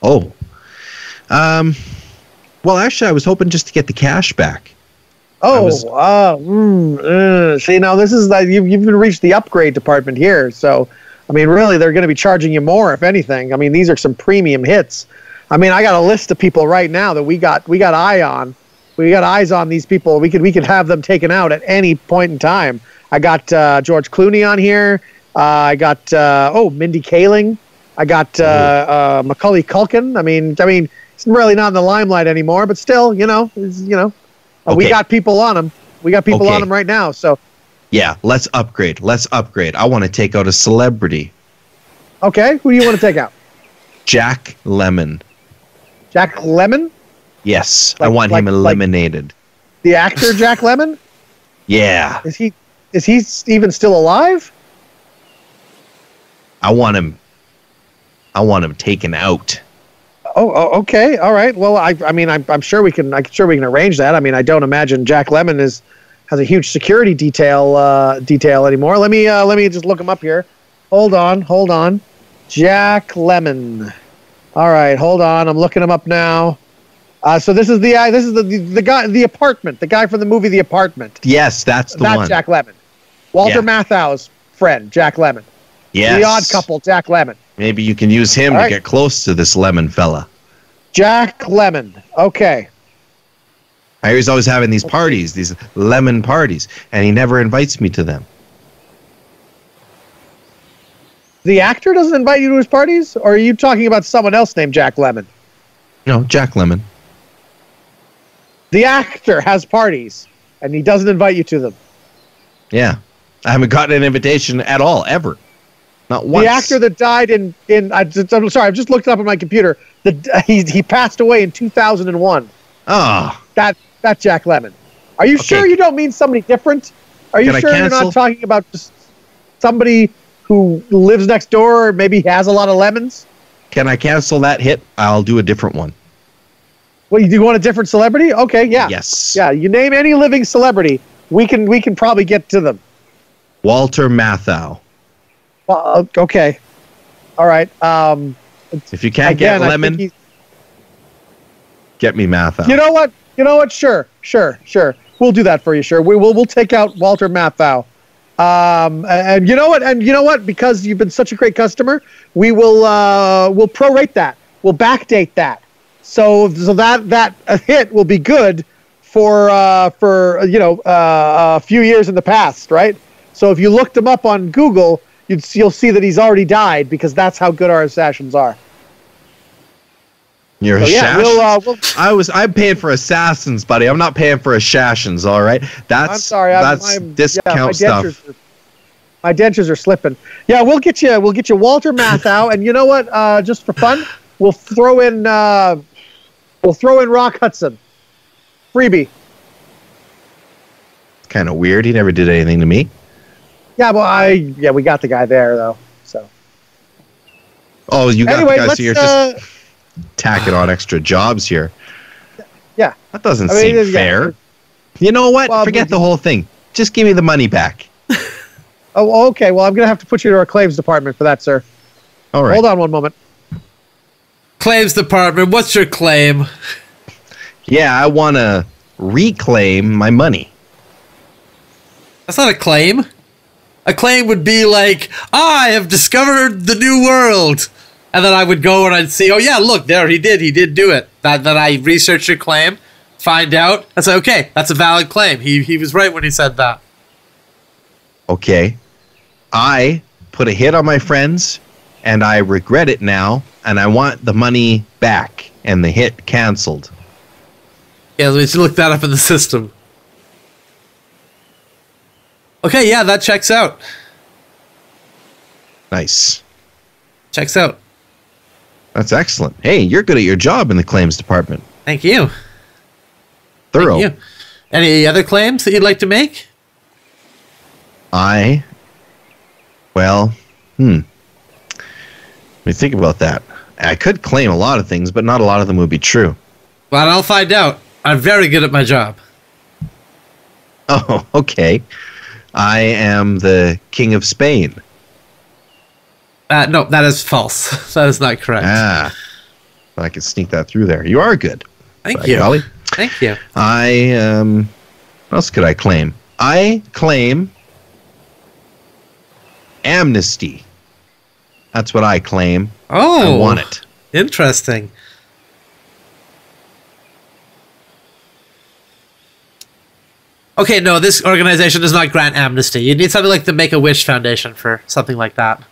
S3: Oh. Um. Well, actually, I was hoping just to get the cash back. I
S2: Oh,
S3: was-
S2: uh, mm, uh, see now this is like you've you've reached the upgrade department here. So, I mean, really, they're going to be charging you more if anything. I mean, these are some premium hits. I mean, I got a list of people right now that we got we got eye on. We got eyes on these people. We could we could have them taken out at any point in time. I got uh, George Clooney on here. Uh, I got uh, oh Mindy Kaling. I got uh, uh, Macaulay Culkin. I mean, I mean, he's really not in the limelight anymore, but still, you know, it's, you know, uh, we
S3: Okay.
S2: got people on him. We got people on
S3: Okay.
S2: him right now. So
S3: Yeah, let's upgrade. Let's upgrade. I want to take out a celebrity.
S2: okay, who do you want to take out?
S3: Jack Lemon.
S2: Jack Lemon,
S3: Yes, I
S2: Like-
S3: want him
S2: like- like-
S3: eliminated.
S2: the actor Jack Lemon.
S3: yeah,
S2: Is he is he s- even still alive?
S3: I want him. I want him taken out.
S2: Oh, oh okay, all right. Well, I I mean, I'm, I'm sure we can. I'm sure we can arrange that. I mean, I don't imagine Jack Lemon is has a huge security detail uh, detail anymore. Let me uh, let me just look him up here. Hold on, hold on. Jack Lemon. All right, hold on. I'm looking him up now. Uh, so this is the uh, this is the, the the guy the apartment the guy from the movie The Apartment.
S3: Yes, that's the
S2: Not
S3: one.
S2: Jack Lemon. Walter
S3: Yeah.
S2: Matthau's friend, Jack Lemon.
S3: yes.
S2: The odd couple, Jack Lemon.
S3: Maybe you can use him
S2: All
S3: to
S2: right.
S3: get close to this Lemon fella.
S2: Jack Lemon. Okay.
S3: I hear he's always having these parties, these lemon parties, and he never invites me to them.
S2: The actor doesn't invite you to his parties, or are you talking about someone else named Jack Lemon?
S3: No, Jack Lemon.
S2: The actor has parties, and he doesn't invite you to them.
S3: Yeah. I haven't gotten an invitation at all, ever. Not once.
S2: The actor that died in in I just, I'm sorry, I've just looked it up on my computer. The he he passed away in 2001.
S3: Oh,
S2: That that Jack Lemon. Are you
S3: Okay.
S2: sure you don't mean somebody different? Are you
S3: Can I
S2: sure you're
S3: cancel?
S2: not talking about just somebody who lives next door or maybe has a lot of lemons?
S3: can I cancel that hit? I'll do a different one.
S2: Well, you do want a different celebrity? Okay, yeah.
S3: Yes.
S2: Yeah, you name any living celebrity, we can we can probably get to them.
S3: Walter Matthau.
S2: Uh, okay. All right. Um
S3: If you can't
S2: again, I
S3: get
S2: think
S3: Lemon, Oh.
S2: he's-
S3: get me Matthau.
S2: You know what? You know what? Sure, sure, sure. We'll do that for you. Sure, we will. We'll take out Walter Matthau. Um, and you know what? And you know what? Because you've been such a great customer, we will uh, we'll prorate that. We'll backdate that. So so that that uh, hit will be good for uh, for uh, you know uh, a few years in the past, right? So if you looked him up on Google, you'd see, you'll see that he's already died because that's how good our assassins are.
S3: You're
S2: So
S3: a
S2: yeah,
S3: shash.
S2: we'll, uh, we'll
S3: I was I'm paying for assassins, buddy. I'm not paying for assassins, all right? That's
S2: I'm sorry.
S3: that's
S2: I'm, I'm, yeah, my
S3: discount
S2: dentures
S3: stuff.
S2: Are, my dentures are slipping. Yeah, we'll get you. We'll get you Walter Matthau, and you know what? Uh, just for fun, we'll throw in uh, we'll throw in Rock Hudson, freebie.
S3: Kind of weird. He never did anything to me.
S2: Yeah, well, I yeah, we got the guy there though. So
S3: Oh, you got
S2: anyway,
S3: the guys
S2: let's.
S3: so you're
S2: uh,
S3: just tacking on extra jobs here.
S2: Yeah.
S3: That doesn't
S2: I mean,
S3: seem
S2: yeah.
S3: fair. You know what?
S2: Well,
S3: Forget
S2: we-
S3: the whole thing. Just give me the money back.
S2: oh, okay. Well, I'm gonna have to put you to our claims department for that, sir.
S3: All right.
S2: Hold on one moment.
S1: Claims department, what's your claim?
S3: Yeah, I want to reclaim my money.
S1: That's not a claim. A claim would be like, "Ah, I have discovered the new world. And then I would go and I'd see, oh yeah, look, there he did, he did do it. That then I research your claim, find out, I say, okay, that's a valid claim. He he was right when he said that.
S3: Okay. I put a hit on my friends and I regret it now and I want the money back and the hit canceled.
S1: Yeah, let me just look that up in the system. Okay, yeah, that checks out.
S3: Nice.
S1: Checks out.
S3: That's excellent. Hey, you're good at your job in the claims department.
S1: Thank you.
S3: Thorough.
S1: Thank you. Any other claims that you'd like to make?
S3: I, well, hmm. Let me think about that. I could claim a lot of things, but not a lot of them would be true.
S1: Well, I'll find out. I'm very good at my job.
S3: Oh, okay. I am the king of Spain.
S1: Uh, no, that is false. that is not correct.
S3: Ah, I could sneak that through there. You are good.
S1: Thank
S3: by
S1: you.
S3: golly.
S1: Thank you.
S3: I um, what else could I claim? I claim amnesty. That's what I claim.
S1: Oh,
S3: I want it.
S1: Interesting. Okay, no, this organization does not grant amnesty. You need something like the Make a Wish Foundation for something like that.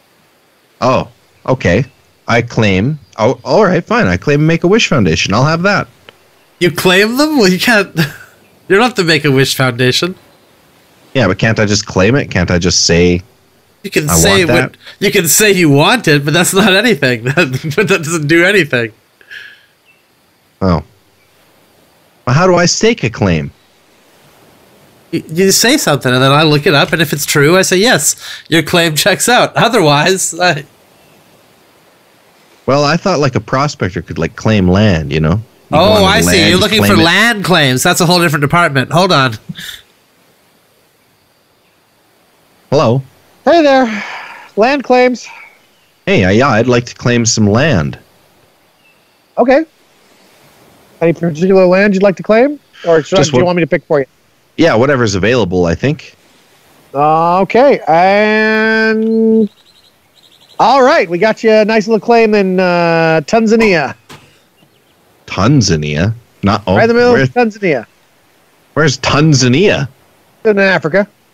S3: Oh, okay. I claim. Oh, all right, fine. I claim Make a Wish Foundation. I'll have that.
S1: You claim them? Well, you can't. You're not the Make a Wish Foundation.
S3: Yeah, but can't I just claim it? Can't I just say?
S1: You can
S3: I
S1: say
S3: want that.
S1: what you can say you want it, but that's not anything. That, that doesn't do anything.
S3: Oh. Well, how do I stake a claim?
S1: You, you say something, and then I look it up, and if it's true, I say yes, your claim checks out. Otherwise, I,
S3: Well, I thought like a prospector could like claim land. You know. You go
S1: oh,
S3: onto
S1: I
S3: the
S1: see.
S3: land,
S1: You're
S3: you
S1: looking
S3: claim
S1: for
S3: it.
S1: land claims. That's a whole different department. Hold on.
S3: Hello.
S2: Hey there, land claims.
S3: Hey, I- yeah, I'd like to claim some land.
S2: Okay. Any particular land you'd like to claim, or should I,
S3: Just
S2: do you
S3: what-
S2: want me to pick for you?
S3: Yeah, whatever's available, I think.
S2: Uh, okay, and all right, we got you a nice little claim in uh, Tanzania,
S3: Tanzania. Not oh,
S2: right in the middle
S3: where-
S2: of Tanzania,
S3: where's Tanzania?
S2: in Africa.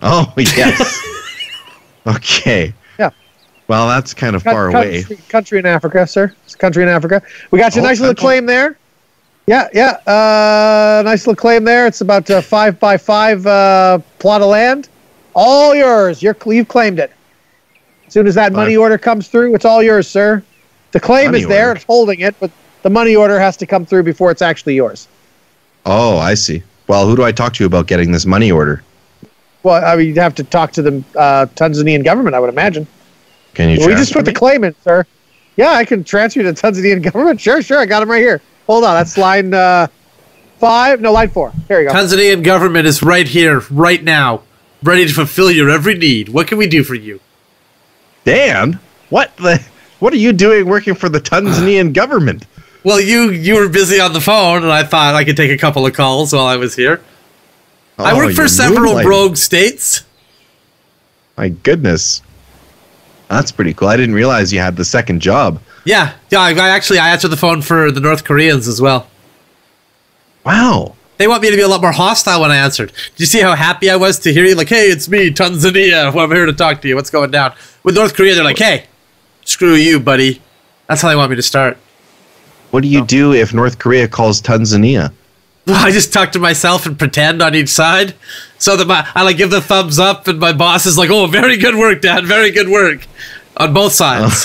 S3: Oh yes. okay. Well, that's kind of
S2: Coun-
S3: far away.
S2: country, Country in Africa, sir. It's a country in Africa. We got you a
S3: Oh,
S2: nice little
S3: country.
S2: claim there. Yeah, yeah. Uh, nice little claim there. It's about uh, five by five uh, plot of land. All yours. You're, you've claimed it. As soon as that money
S3: Five.
S2: order comes through, it's all yours, sir. The claim
S3: Money
S2: is there.
S3: order.
S2: It's holding it, but the money order has to come through before it's actually yours.
S3: Oh, I see. Well, who do I talk to about getting this money order?
S2: Well, I mean, you'd have to talk to the uh, Tanzanian government, I would imagine.
S3: Can you?
S2: we just
S3: transfer
S2: put the
S3: me?
S2: claim in, sir. Yeah, I can transfer you to Tanzanian government. Sure, sure. I got him right here. Hold on. That's line uh, five. No, line four. Here you go.
S1: Tanzanian government is right here, right now, ready to fulfill your every need. What can we do for you?
S3: Dan. What the? What are you doing working for the Tanzanian government?
S1: Well, you you were busy on the phone, and I thought I could take a couple of calls while I was here. I
S3: Oh,
S1: work for
S3: you're
S1: several
S3: moonlighting.
S1: rogue states.
S3: My goodness, that's pretty cool. I didn't realize you had the second job.
S1: Yeah, yeah. I, I actually I answered the phone for the North Koreans as well.
S3: Wow.
S1: They want me to be a lot more hostile when I answered. Did you see how happy I was to hear you? Like, hey, it's me, Tanzania. I'm here to talk to you. What's going down? With North Korea, they're like, hey, screw you, buddy. That's how they want me to start.
S3: What do you do if North Korea calls Tanzania?
S1: I just talk to myself and pretend on each side, so that my I like give the thumbs up, and my boss is like, "Oh, very good work, Dad. Very good work." On both sides.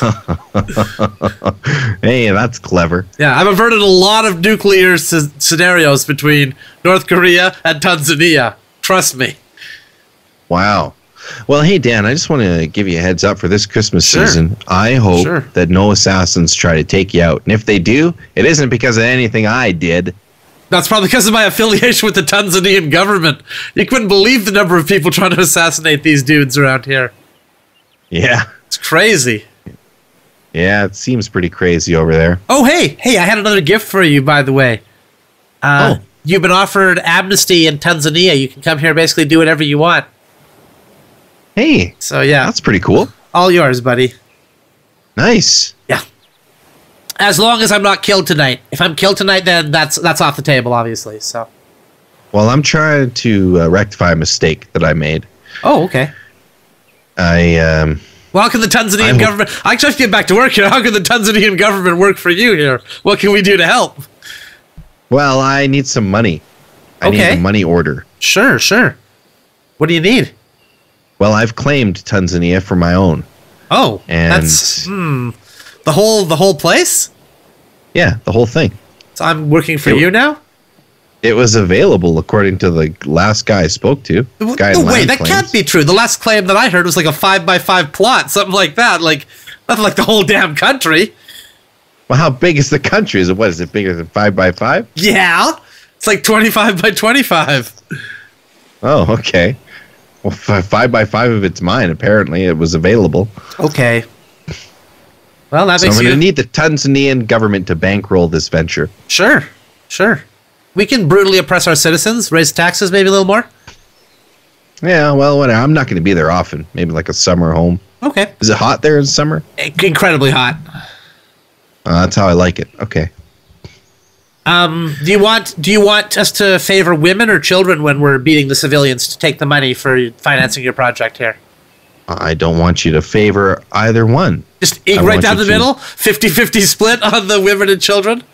S3: hey, that's clever.
S1: Yeah, I've averted a lot of nuclear sc- scenarios between North Korea and Tanzania. Trust me.
S3: Wow. Well, hey Dan, I just want to give you a heads up for this Christmas
S1: Sure.
S3: season. I hope
S1: Sure.
S3: that no assassins try to take you out, and if they do, it isn't because of anything I did.
S1: That's probably because of my affiliation with the Tanzanian government. You couldn't believe the number of people trying to assassinate these dudes around here.
S3: Yeah,
S1: It's crazy.
S3: yeah, it seems pretty crazy over there.
S1: Oh, hey, hey, I had another gift for you, by the way. Uh,
S3: Oh.
S1: You've been offered amnesty in Tanzania. You can come here and basically do whatever you want.
S3: Hey,
S1: So, yeah,
S3: that's pretty cool.
S1: all yours, buddy.
S3: Nice.
S1: Yeah. As long as I'm not killed tonight. If I'm killed tonight, then that's that's off the table, obviously. So.
S3: Well, I'm trying to uh, rectify a mistake that I made.
S1: Oh, okay.
S3: I um,
S1: Well, how can the Tanzanian
S3: I'm-
S1: government? I actually have to get back to work here. How can the Tanzanian government work for you here? What can we do to help?
S3: well, I need some money. I
S1: Okay.
S3: need a money order.
S1: Sure, sure. What do you need?
S3: Well, I've claimed Tanzania for my own.
S1: Oh,
S3: And-
S1: that's hmm, the whole the whole place.
S3: Yeah, the whole thing.
S1: So I'm working for
S3: It-
S1: you now.
S3: It was available according to the last guy I spoke to.
S1: W-
S3: Guy
S1: no
S3: in
S1: way,
S3: land
S1: that
S3: claims.
S1: can't be true. The last claim that I heard was like a five by five plot, something like that. Like nothing like the whole damn country.
S3: Well, how big is the country? Is it what is it bigger than five by five?
S1: Yeah, it's like twenty five by twenty five.
S3: Oh, okay. Well, f- five by five of it's mine. Apparently, it was available.
S1: Okay. Well, that
S3: So I'm
S1: makes
S3: going
S1: you
S3: to need the Tanzanian government to bankroll this venture.
S1: Sure, sure. We can brutally oppress our citizens, raise taxes maybe a little more.
S3: Yeah, well, whatever. I'm not going to be there often. Maybe like a summer home.
S1: Okay.
S3: Is it hot there in summer?
S1: Incredibly hot.
S3: Uh, that's how I like it. Okay.
S1: Um, do you want do you want us to favor women or children when we're beating the civilians to take the money for financing your project here?
S3: I don't want you to favor either one.
S1: Just ink
S3: I
S1: right
S3: want
S1: down the
S3: you to.
S1: middle, 50-50 split on the women and children.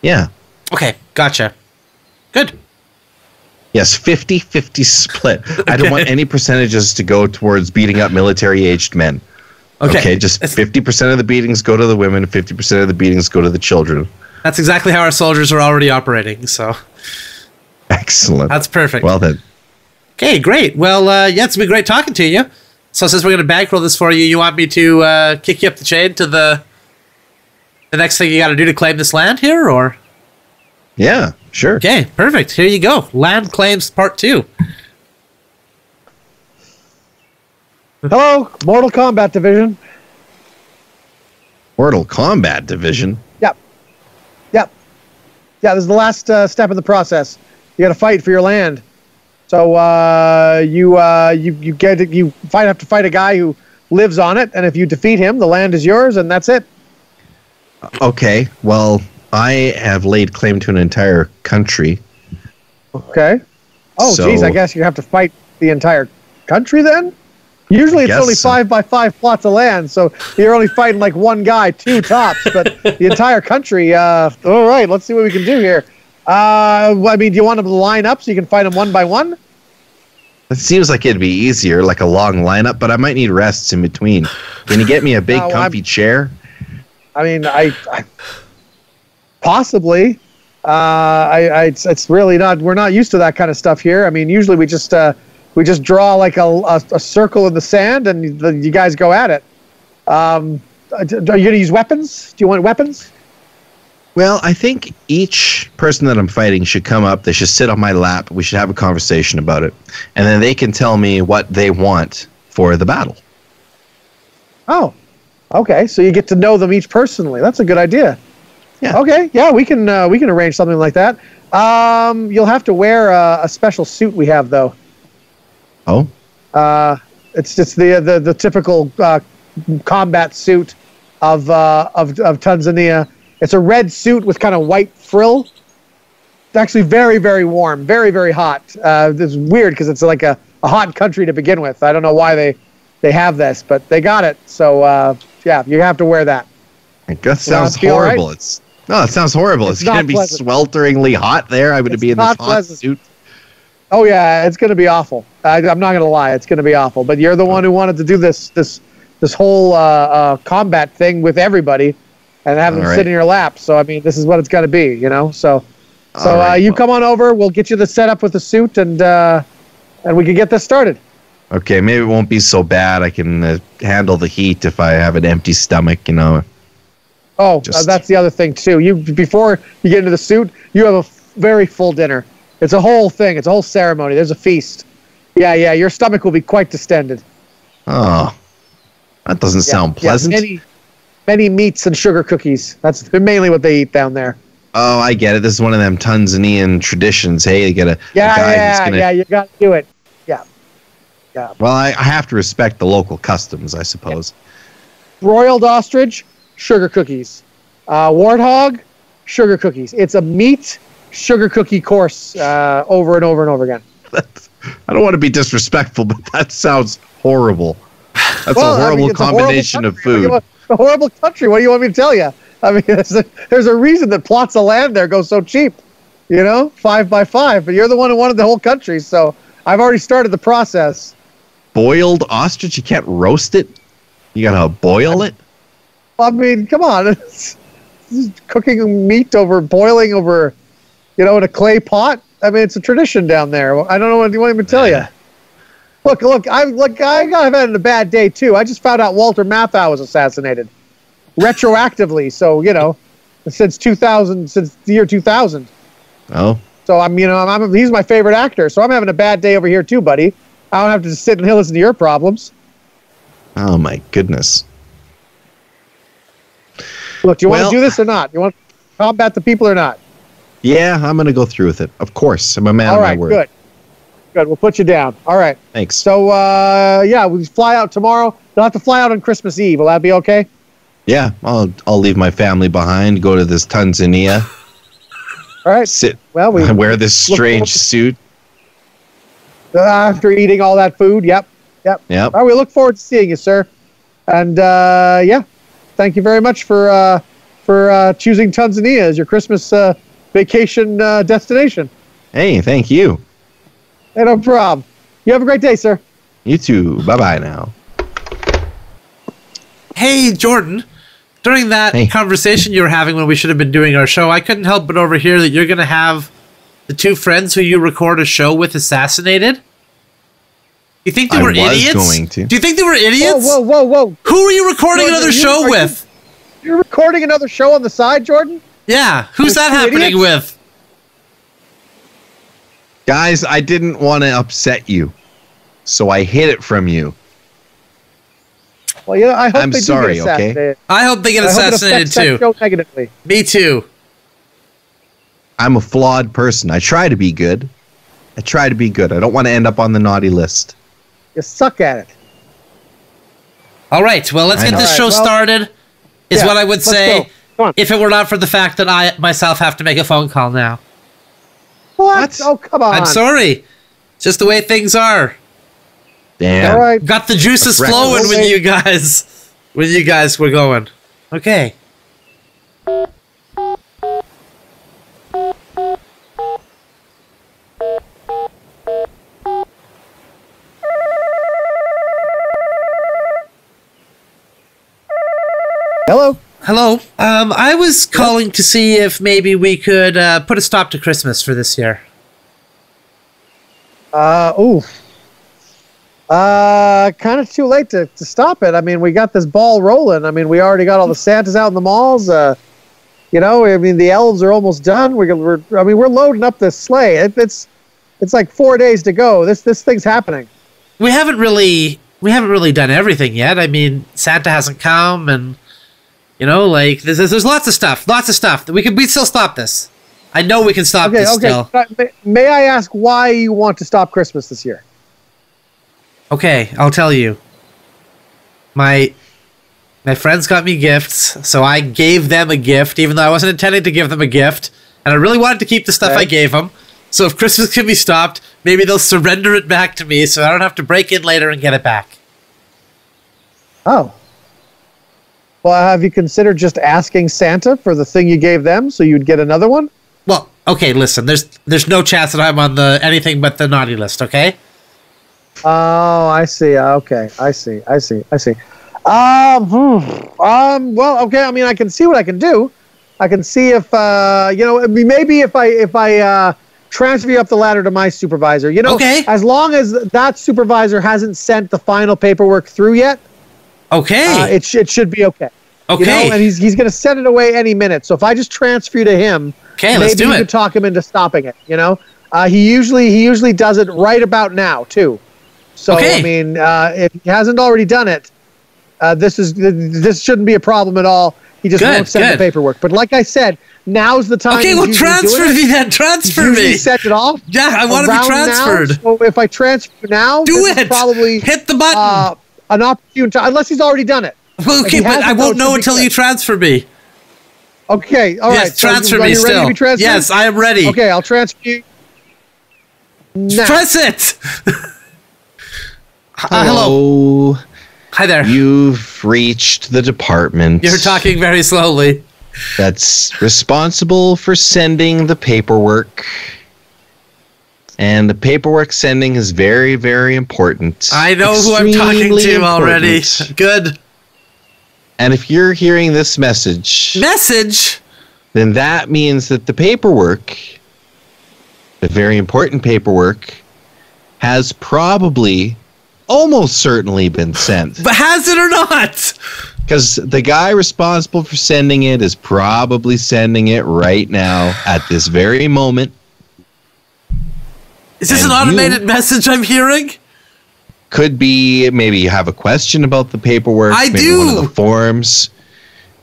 S3: Yeah.
S1: Okay, gotcha. Good.
S3: Yes, 50 50 split. I don't want any percentages to go towards beating up military aged men.
S1: Okay.
S3: Okay, just
S1: that's,
S3: 50% of the beatings go to the women, 50% of the beatings go to the children.
S1: that's exactly how our soldiers are already operating. So
S3: Excellent.
S1: that's perfect.
S3: well then.
S1: Okay, great. Well, uh, yeah, it's been great talking to you. So since we're going to bankroll this for you, you want me to uh, kick you up the chain to the the next thing you got to do to claim this land here, or
S3: Yeah, sure.
S1: okay, perfect. Here you go, land claims part two.
S2: Hello, Mortal Kombat Division.
S3: Mortal Kombat division.
S2: Yep. Yep. Yeah, this is the last uh, step in the process. You got to fight for your land. So uh, you uh, you you get you fight have to fight a guy who lives on it, and if you defeat him, the land is yours, and that's it.
S3: Okay. Well, I have laid claim to an entire country.
S2: Okay. Oh,
S3: So-
S2: geez, I guess you have to fight the entire country then. Usually it's
S3: Guess
S2: only
S3: so.
S2: five by five plots of land, so you're only fighting like one guy, two tops, but the entire country. Uh, all right, let's see what we can do here. Uh, well, I mean, do you want them to line up so you can fight them one by one?
S3: It seems like it'd be easier, like a long lineup, but I might need rests in between. Can you get me a big,
S2: Oh, well,
S3: comfy chair?
S2: I mean, I, I possibly. Uh, I, I it's, it's really not. We're not used to that kind of stuff here. I mean, usually we just uh, we just draw like a, a, a circle in the sand, and you, the, you guys go at it. Um, uh, d- are you gonna use weapons? Do you want weapons?
S3: Well, I think each person that I'm fighting should come up. They should sit on my lap. We should have a conversation about it, and then they can tell me what they want for the battle.
S2: Oh, okay. So you get to know them each personally. That's a good idea.
S3: Yeah.
S2: Okay. Yeah, we can uh, we can arrange something like that. Um, you'll have to wear a, a special suit we have though.
S3: Oh,
S2: Uh, it's just the the, the typical uh, combat suit of, uh, of of Tanzania. It's a red suit with kind of white frill. It's actually very very warm, very very hot. Uh, this is weird because it's like a, a hot country to begin with. I don't know why they they have this, but they got it. So uh, yeah, you have to wear that.
S3: that sounds
S2: be all right.
S3: horrible. It's no, it sounds horrible. It's,
S2: It's
S3: going to
S2: not
S3: be
S2: pleasant.
S3: swelteringly hot there. I would
S2: It's
S3: be in this
S2: not
S3: hot
S2: pleasant.
S3: suit.
S2: Oh yeah, it's gonna be awful. I, I'm not gonna lie, it's gonna be awful. But you're the one who wanted to do this this this whole uh, uh, combat thing with everybody, and have them
S3: All right.
S2: sit in your lap. So I mean, this is what it's gonna be, you know. So so
S3: All
S2: uh,
S3: right,
S2: you
S3: well-
S2: come on over. We'll get you the setup with the suit, and uh, and we can get this started.
S3: Okay, maybe it won't be so bad. I can uh, handle the heat if I have an empty stomach. You know.
S2: Oh, uh,
S3: Just-
S2: that's the other thing too. You before you get into the suit, you have a f- very full dinner. It's a whole thing. It's a whole ceremony. There's a feast. Yeah, yeah. Your stomach will be quite distended.
S3: Oh, that doesn't
S2: Yeah,
S3: sound
S2: yeah,
S3: pleasant.
S2: many, many meats and sugar cookies. That's mainly what they eat down there.
S3: Oh, I get it. This is one of them Tanzanian traditions. Hey, you get a, a
S2: Yeah,
S3: guy who's
S2: yeah,
S3: gonna.
S2: yeah. You got to do it.
S3: Well, I, I have to respect the local customs, I suppose.
S2: Broiled ostrich, sugar cookies. Uh, warthog, sugar cookies. It's a meat sugar cookie course uh, over and over and over again.
S3: That's- I don't want to be disrespectful, but that sounds horrible. That's
S2: Well, I
S3: a
S2: mean,
S3: horrible
S2: it's a horrible
S3: combination of
S2: country. What do you
S3: food.
S2: want- A horrible country. What do you want me to tell you? I mean, there's a, there's a reason that plots of land there go so cheap. You know, five by five. But you're the one who wanted the whole country, so I've already started the process.
S3: Boiled ostrich? You can't roast it. You gotta boil it.
S2: I mean, come on. It's, it's cooking meat over boiling over, you know, in a clay pot. I mean, it's a tradition down there. I don't know what you want me to tell you. Look, look, I look, I got- I've had a bad day too. I just found out Walter Matthau was assassinated retroactively. So you know, since 2000, since the year 2000.
S3: Oh,
S2: So I'm, you know, I'm, I'm- he's my favorite actor. So I'm having a bad day over here too, buddy. I don't have to sit and listen to your problems.
S3: oh my goodness.
S2: Look, do you
S3: Well-
S2: want to do this or not? You want to combat the people or not?
S3: Yeah, I'm gonna go through with it. Of course, I'm a man
S2: All
S3: of
S2: right,
S3: my word.
S2: good. Good. We'll put you down. All right.
S3: Thanks.
S2: So uh, yeah, we fly out tomorrow. They'll have to fly out on Christmas Eve. Will that be okay?
S3: yeah, I'll I'll leave my family behind. Go to this Tanzania.
S2: All right.
S3: Sit.
S2: Well, we uh,
S3: wear this strange suit.
S2: after eating all that food. Yep.
S3: Yep.
S2: All right. We look forward to seeing you, sir. And uh, yeah, thank you very much for uh, for uh, choosing Tanzania as your Christmas uh, vacation uh, destination.
S3: Hey, thank you.
S2: Hey, no problem. You have a great day, sir.
S3: You too. Bye bye now.
S1: Hey, Jordan. During that
S3: Hey.
S1: conversation you were having when we should have been doing our show, I couldn't help but overhear that you're going to have the two friends who you record a show with assassinated. You think they
S3: I
S1: were
S3: was
S1: idiots?
S3: going to.
S1: Do you think they were
S2: Whoa,
S1: idiots?
S2: whoa, whoa, whoa!
S1: Who are you recording
S2: Jordan,
S1: another
S2: you-
S1: show
S2: are you-
S1: with?
S2: You're recording another show on the side, Jordan.
S1: yeah, who's
S2: There's
S1: that
S2: two
S1: happening
S2: idiots?
S1: with?
S3: Guys, I didn't want to upset you, so I hid it from you.
S2: Well, you know, I hope
S3: I'm
S2: they do
S3: sorry,
S2: get
S3: okay?
S2: assassinated.
S1: I hope they get
S2: I hope it
S1: assassinated
S2: affects that
S1: too.
S2: show negatively.
S1: Me too.
S3: I'm a flawed person. I try to be good. I try to be good. I don't want to end up on the naughty list.
S2: You suck at it.
S1: All right, well, let's
S3: I
S1: get
S3: know.
S1: this
S2: All
S1: show
S2: right, well-
S1: started, is
S2: Yeah,
S1: what I would
S2: let's
S1: say
S2: go. Come on.
S1: if it were not for the fact that I myself have to make a phone call now.
S2: What?
S3: What?
S2: Oh, come on.
S1: I'm sorry. It's just the way things are.
S3: Damn.
S2: All right.
S1: Got the juices
S3: Correct.
S1: flowing when
S2: Okay.
S1: you guys when you guys were going. Okay.
S2: Hello.
S1: Hello. Um, I was calling to see if maybe we could uh, put a stop to Christmas for this year.
S2: Uh, ooh. Uh, kind of too late to, to stop it. I mean, we got this ball rolling. I mean, we already got all the Santas out in the malls. Uh, you know, I mean, the elves are almost done. We're, we're I mean, we're loading up this sleigh. It, it's it's like four days to go. This this thing's happening.
S1: We haven't really we haven't really done everything yet. I mean, Santa hasn't come, and you know, like there's there's, there's lots of stuff, lots of stuff that we can we still stop this. I know we can stop
S2: Okay,
S1: this
S2: okay.
S1: still.
S2: Uh, May, may I ask why you want to stop Christmas this year?
S1: Okay, I'll tell you. My my friends got me gifts, so I gave them a gift, even though I wasn't intending to give them a gift, and I really wanted to keep the stuff I
S2: Okay.
S1: gave them. So if Christmas can be stopped, maybe they'll surrender it back to me, so I don't have to break in later and get it back.
S2: Oh. Well, have you considered just asking Santa for the thing you gave them so you'd get another one?
S1: Well, okay, listen. There's there's no chance that I'm on the anything but the naughty list. Okay.
S2: Oh, I see. Uh, Okay, I see. I see. I see. Um, hmm. um. Well, okay. I mean, I can see what I can do. I can see if uh, you know, I mean, maybe if I if I uh, transfer you up the ladder to my supervisor. You know,
S1: Okay.
S2: As long as that supervisor hasn't sent the final paperwork through yet,
S1: Okay.
S2: uh, it sh- it should be okay. You
S1: okay.
S2: know, and he's he's gonna send it away any minute. So if I just transfer you to him,
S1: okay.
S2: maybe
S1: Let's do
S2: you
S1: it.
S2: could talk him into stopping it. You know, uh, he usually he usually does it right about now too. So
S1: Okay.
S2: I mean, uh, if he hasn't already done it, uh, this is this shouldn't be a problem at all. He just
S1: Good,
S2: won't send
S1: good.
S2: the paperwork. But like I said, now's the time.
S1: okay.
S2: he's
S1: Well,
S2: usually doing
S1: transfer
S2: it.
S1: me then. Transfer
S2: Usually
S1: me.
S2: send it off.
S1: Yeah, I want to be
S2: around now.
S1: transferred.
S2: So if I transfer now,
S1: do
S2: this is
S1: it.
S2: probably
S1: hit the button.
S2: uh, an opportune time, unless he's already done it.
S1: Well,
S2: If
S1: okay,
S2: he
S1: but
S2: hasn't,
S1: I
S2: though,
S1: won't
S2: it
S1: know
S2: should be
S1: until you
S2: good.
S1: transfer me.
S2: Okay, all right.
S1: yes,
S2: so
S1: transfer
S2: are
S1: me
S2: you
S1: still.
S2: ready to be transferred?
S1: Yes, I am ready.
S2: Okay, I'll transfer you. Now.
S1: Press it. H- uh, hello.
S3: Hello.
S1: Hi there. You-
S3: Oh, You've reached the department.
S1: are talking very slowly.
S3: That's responsible for sending the paperwork. And the paperwork sending is very, very important.
S1: I know who I'm talking
S3: Extremely
S1: to already.
S3: important.
S1: Good
S3: And if you're hearing this message,
S1: message.
S3: then that means that the paperwork, the very important paperwork, has probably almost certainly been sent.
S1: But has it or not?
S3: Because the guy responsible for sending it is probably sending it right now at this very moment.
S1: Is this
S3: And
S1: an automated
S3: you-
S1: message I'm hearing?
S3: Could be maybe you have a question about the paperwork.
S1: I
S3: maybe
S1: do.
S3: One of the forms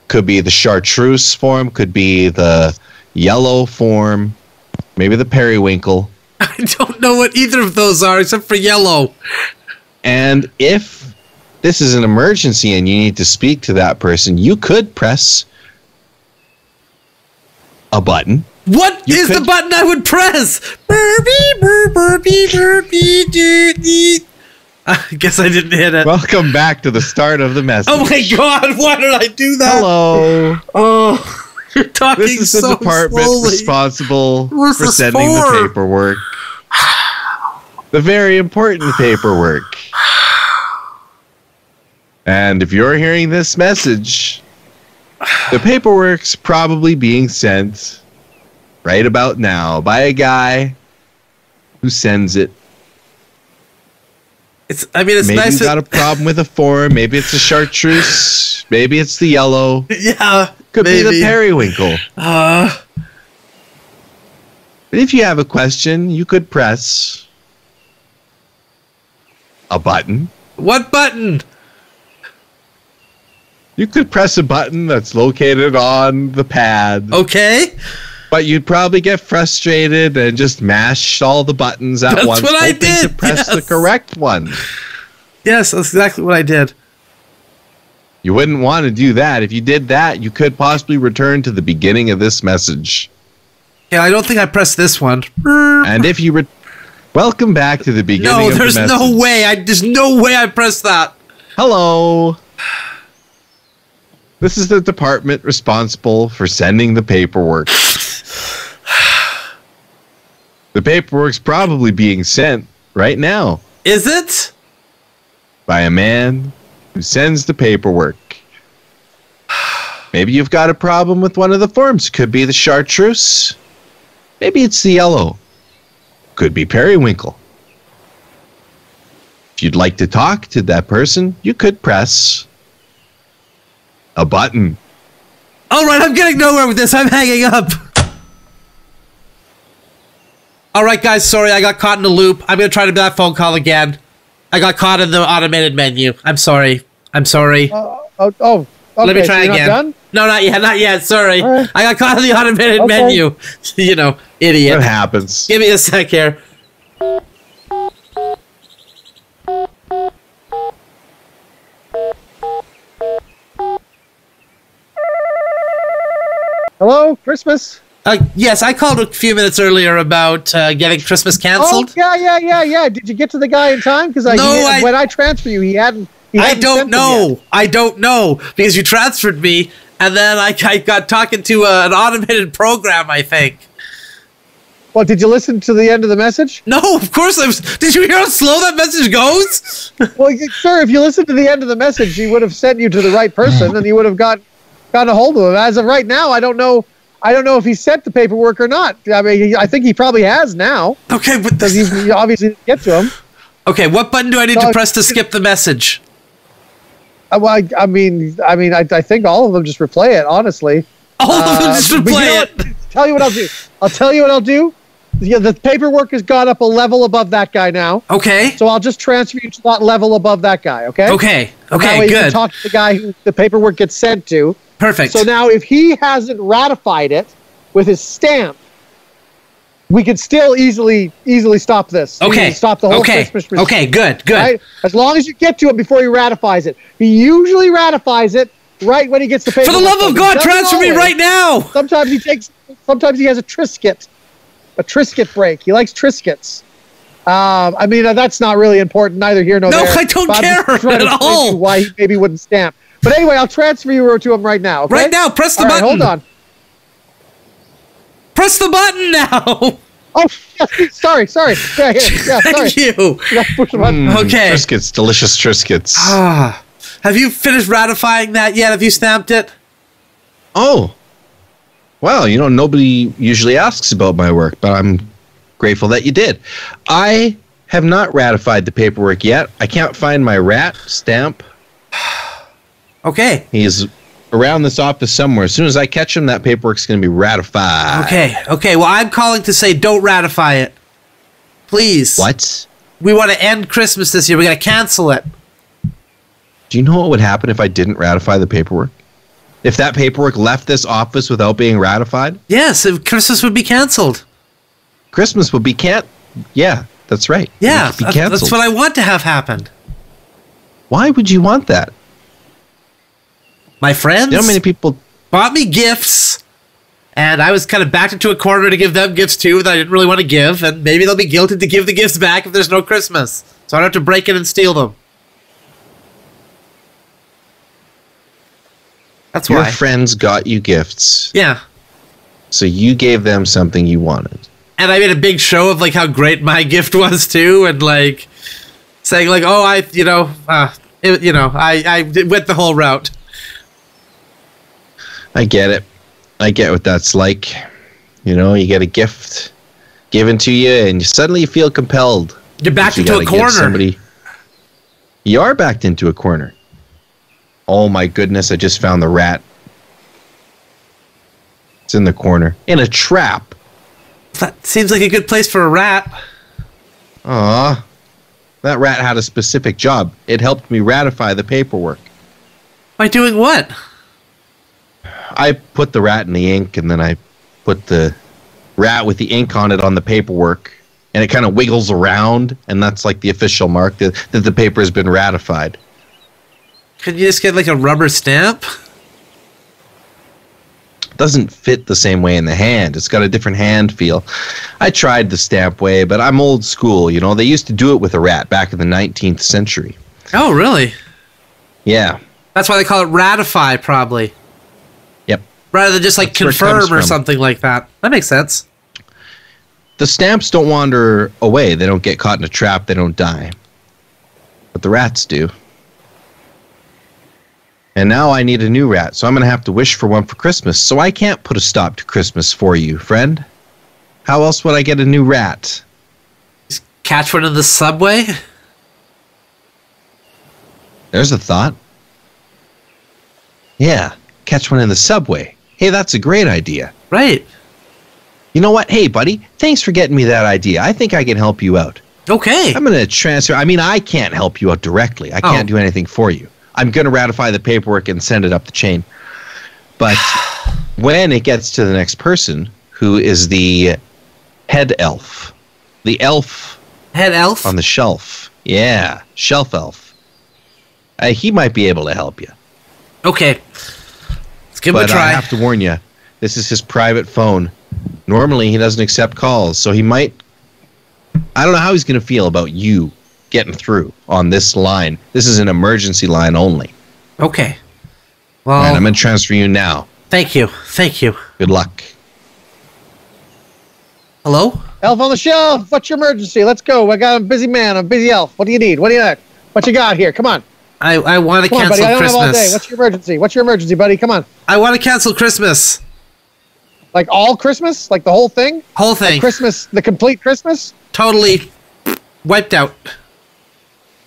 S3: could be the chartreuse form. Could be the yellow form. Maybe the periwinkle.
S1: I don't know what either of those are except for yellow.
S3: And if this is an emergency and you need to speak to that person, you could press a button.
S1: What is
S3: You
S1: the
S3: could-
S1: button I would press? Burpee, bur, burpee, burpee, doo, dee. I guess I didn't hit it.
S3: Welcome back to the start of the message.
S1: Oh my god, why did I do that?
S3: Hello.
S1: Oh, you're talking
S3: This is the
S1: so
S3: department
S1: slowly.
S3: responsible
S1: What's
S3: for
S1: this
S3: sending
S1: for?
S3: the paperwork. The very important paperwork. And if you're hearing this message, the paperwork's probably being sent right about now by a guy who sends it.
S1: It's, I mean, it's
S3: maybe
S1: nice.
S3: you got
S1: That,
S3: a problem with a form. Maybe it's a chartreuse. Maybe it's the yellow.
S1: yeah,
S3: Could
S1: maybe.
S3: be the periwinkle.
S1: Uh,
S3: But if you have a question, you could press a button.
S1: what button?
S3: You could press a button that's located on the pad,
S1: Oh. Okay,
S3: but you'd probably get frustrated and just mash all the buttons at
S1: That's
S3: once.
S1: what I
S3: hoping To
S1: did,
S3: press the
S1: yes.
S3: correct one.
S1: yes, that's exactly what I did.
S3: You wouldn't want to do that. If you did that, you could possibly return to the beginning of this message.
S1: Yeah, I don't think I pressed this one. Burp.
S3: And if you re- Welcome back to the beginning.
S1: No,
S3: of the
S1: there's no
S3: message.
S1: way. I there's no way I pressed that.
S3: Hello. This is the department responsible for sending the paperwork. The paperwork's probably being sent right now
S1: Is it?
S3: by a man who sends the paperwork. Maybe you've got a problem with one of the forms. Could be the chartreuse. Maybe it's the yellow. Could be periwinkle. If you'd like to talk to that person, you could press a button.
S1: All right, I'm getting nowhere with this. I'm hanging up. All right, guys. Sorry, I got caught in a loop. I'm gonna try to do that phone call again. I got caught in the automated menu. I'm sorry. I'm sorry.
S2: Oh, oh, oh okay,
S1: Let me try
S2: so you're
S1: again.
S2: Not done?
S1: No, not yet. Not yet. Sorry.
S2: All right.
S1: I got caught in the automated
S2: Okay.
S1: menu. you know, idiot.
S3: It happens.
S1: Give me a sec here.
S2: Hello, Christmas.
S1: Uh, yes, I called a few minutes earlier about uh, getting Christmas
S2: Oh,
S1: canceled.
S2: yeah, yeah, yeah, yeah. Did you get to the guy in time? Because I,
S1: No,
S2: he-
S1: I-
S2: when I transfer you, he hadn't. He
S1: I
S2: hadn't
S1: don't
S2: sent them yet.
S1: know. I don't know because you transferred me, and then I, I got talking to uh an automated program. I think.
S2: Well, did you listen to the end of the message?
S1: No, of course I was. Did you hear how slow that message goes?
S2: Well, y- sir, if you listened to the end of the message, he would have sent you to the right person, and you would have got gotten a hold of him. As of right now, I don't know. I don't know if he sent the paperwork or not. I mean, he, I think he probably has now
S1: Okay, but
S2: because
S1: this,
S2: he obviously didn't get to him.
S1: okay. What button do I need to
S2: No,
S1: press to skip the message?
S2: Uh, Well, I, I mean, I mean, I, I think all of them just replay it. Honestly,
S1: All of them
S2: Uh,
S1: just
S2: but you know
S1: replay
S2: what?
S1: it.
S2: Tell you what I'll do. I'll tell you what I'll do. Yeah, the paperwork has gone up a level above that guy now,
S1: Okay.
S2: so I'll just transfer you to that level above that guy. Okay.
S1: Okay.
S2: That way
S1: Okay.
S2: you can
S1: Good.
S2: talk to the guy who the paperwork gets sent to.
S1: Perfect.
S2: So now, if he hasn't ratified it with his stamp, we could still easily easily stop this. We
S1: Okay.
S2: can Stop the whole
S1: okay.
S2: Christmas. regime,
S1: Okay. Good. Good.
S2: Right? As long as you get to him before he ratifies it, he usually ratifies it right when he gets the
S1: For
S2: paperwork.
S1: the love of God, transfer me right now.
S2: Sometimes he takes. Sometimes he has a trisket, a trisket break. He likes triscuits. Um, I mean, uh, that's not really important, neither here nor
S1: No,
S2: there.
S1: I don't
S2: but I'm just
S1: care
S2: trying to
S1: at
S2: explain to you
S1: all.
S2: Why he maybe wouldn't stamp. But anyway, I'll transfer you to him right now. okay?
S1: Right now, press the
S2: All right,
S1: button.
S2: hold on.
S1: Press the button now.
S2: Oh, sorry, sorry. Yeah, yeah, yeah sorry.
S1: Thank you.
S2: Yeah, push the
S1: Hmm.
S2: button.
S3: Mm,
S1: Okay.
S3: Triscuits, delicious Triscuits.
S1: Ah, have you finished ratifying that yet? Have you stamped it?
S3: oh. Well, you know, nobody usually asks about my work, but I'm grateful that you did. I have not ratified the paperwork yet. I can't find my rat stamp.
S1: Okay.
S3: He's around this office somewhere. As soon as I catch him, that paperwork's going to be ratified.
S1: Okay. Okay. Well, I'm calling to say don't ratify it. Please.
S3: What?
S1: We want to end Christmas this year. We're going to cancel it.
S3: Do you know what would happen if I didn't ratify the paperwork? If that paperwork left this office without being ratified,
S1: Yes, if Christmas would be canceled.
S3: Christmas would be can't. Yeah, that's right. It
S1: Yeah.
S3: would be
S1: that-
S3: canceled.
S1: that's what I want to have happen.
S3: Why would you want that?
S1: My friends
S3: You know how many people?
S1: bought me gifts, and I was kind of backed into a corner to give them gifts too that I didn't really want to give, and maybe they'll be guilted to give the gifts back if there's no Christmas. So I don't have to break in and steal them. That's
S3: Your
S1: why.
S3: friends got you gifts,
S1: yeah.
S3: so you gave them something you wanted.
S1: and I made a big show of like how great my gift was too, and like saying like, oh, I, you know, uh, it, you know, I, I did- went the whole route.
S3: I get it. I get what that's like. You know, you get a gift given to you, and you suddenly you feel compelled.
S1: You're backed
S3: You
S1: into
S3: gotta
S1: a
S3: give
S1: corner.
S3: Somebody, you are backed into a corner. Oh my goodness! I just found the rat. It's in the corner in a trap.
S1: That seems like a good place for a rat.
S3: Aw. That rat had a specific job. It helped me ratify the paperwork.
S1: By doing what?
S3: I put the rat in the ink and then I put the rat with the ink on it on the paperwork and it kind of wiggles around and that's like the official mark that, that the paper has been ratified.
S1: Could you just get like a rubber stamp?
S3: doesn't fit the same way in the hand. It's got a different hand feel. I tried the stamp way, but I'm old school. You know, they used to do it with a rat back in the 19th century.
S1: Oh, really?
S3: Yeah.
S1: That's why they call it ratify, probably,
S3: Yep.
S1: rather than just like
S3: That's where it comes
S1: confirm or
S3: from.
S1: something like that. That makes sense.
S3: The stamps don't wander away. They don't get caught in a trap. They don't die. But the rats do. And now I need a new rat, so I'm going to have to wish for one for Christmas. So I can't put a stop to Christmas for you, friend. How else would I get a new rat?
S1: Catch one in the subway.
S3: There's a thought. Yeah, catch one in the subway. Hey, that's a great idea.
S1: Right.
S3: You know what? Hey, buddy, thanks for getting me that idea. I think I can help you out.
S1: Okay.
S3: I'm going to transfer. I mean, I can't help you out directly. I can't
S1: Oh.
S3: do anything for you. I'm going to ratify the paperwork and send it up the chain. But when it gets to the next person, who is the head elf, the elf
S1: Head elf.
S3: on the shelf. Yeah, shelf elf. Uh, he might be able to help you.
S1: okay. Let's give him a
S3: But uh, I
S1: try.
S3: have to warn you, this is his private phone. Normally, he doesn't accept calls, so he might. I don't know how he's going to feel about you getting through on this line. This is an emergency line only.
S1: okay.
S3: All right,
S1: Well,
S3: I'm going to transfer you now.
S1: thank you. Thank you.
S3: Good luck.
S1: Hello?
S2: Elf on the shelf. What's your emergency? Let's go. I got a busy man. I'm a busy elf. What do you need? What do you got? What you got here? Come on.
S1: I, I want to
S2: Come on, buddy.
S1: cancel
S2: I don't have all day.
S1: Christmas.
S2: What's your emergency? What's your emergency, buddy? Come on.
S1: I want to cancel Christmas.
S2: Like all Christmas? Like the whole thing?
S1: Whole thing.
S2: Christmas, the complete Christmas?
S1: totally wiped out.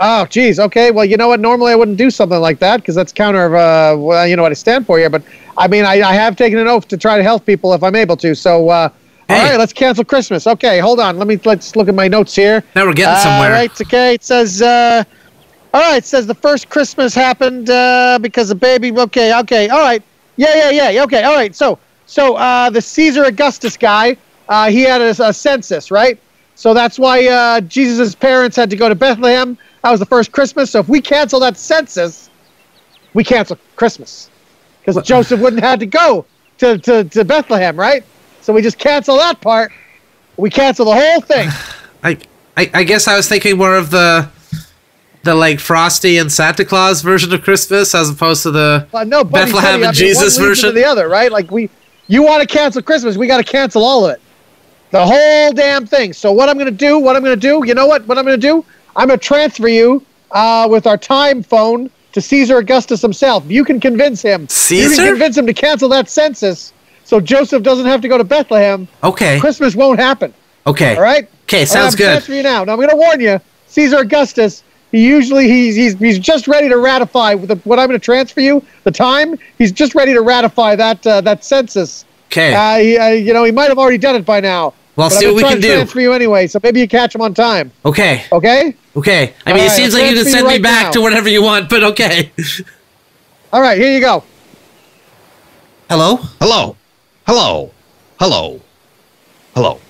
S2: Oh, geez. Okay. Well, you know what? Normally I wouldn't do something like that because that's counter of, uh, well, you know what I stand for here. But I mean, I, I have taken an oath to try to help people if I'm able to. So, uh,
S1: Hey.
S2: all right, let's cancel Christmas. Okay, hold on. Let me let's look at my notes here.
S1: Now we're getting somewhere.
S2: Uh, All right, okay. It says, uh, all right, it says the first Christmas happened uh, because the baby. Okay, okay, all right. Yeah, yeah, yeah, yeah. Okay, all right. So, so uh, the Caesar Augustus guy, uh, he had a, a census, right? So that's why uh, Jesus' parents had to go to Bethlehem. That was the first Christmas. So if we cancel that census, we cancel Christmas because
S1: What-
S2: Joseph wouldn't have had to go to, to, to Bethlehem, right? So we just cancel that part. We cancel the whole thing.
S1: I, I I guess I was thinking more of the the like Frosty and Santa Claus version of Christmas as opposed to the
S2: Well, no, buddy,
S1: Bethlehem
S2: buddy, I
S1: and
S2: mean,
S1: Jesus
S2: one leads
S1: version.
S2: into the other, right? Like we, you want to cancel Christmas, we got to cancel all of it, the whole damn thing. So what I'm going to do? What I'm going to do? You know what? What I'm going to do? I'm going to transfer you uh, with our time phone to Caesar Augustus himself. You can convince him. You
S1: Caesar?
S2: can convince him to cancel that census, so Joseph doesn't have to go to Bethlehem.
S1: Okay.
S2: Christmas won't happen.
S1: Okay.
S2: All right.
S1: Okay,
S2: All right,
S1: sounds
S2: I'm
S1: good.
S2: transferring you now. Now I'm going to warn you, Caesar Augustus. He usually he's he's, he's just ready to ratify with the, what I'm going to transfer you. The time he's just ready to ratify that uh, that census.
S1: Okay.
S2: Uh, he, uh, you know he might have already done it by now.
S1: Well,
S2: but
S1: see
S2: I'm
S1: what we
S2: gonna try
S1: can
S2: and
S1: do.
S2: Transfer you anyway, so maybe you catch him on time.
S1: okay.
S2: Okay.
S1: Okay. I mean,
S2: all
S1: it
S2: right,
S1: seems
S2: I'll
S1: like you can
S2: transfer you
S1: send me
S2: right
S1: back
S2: now.
S1: to whatever you want, but okay.
S2: All right. Here you go.
S1: Hello?
S3: Hello. Hello. Hello. Hello.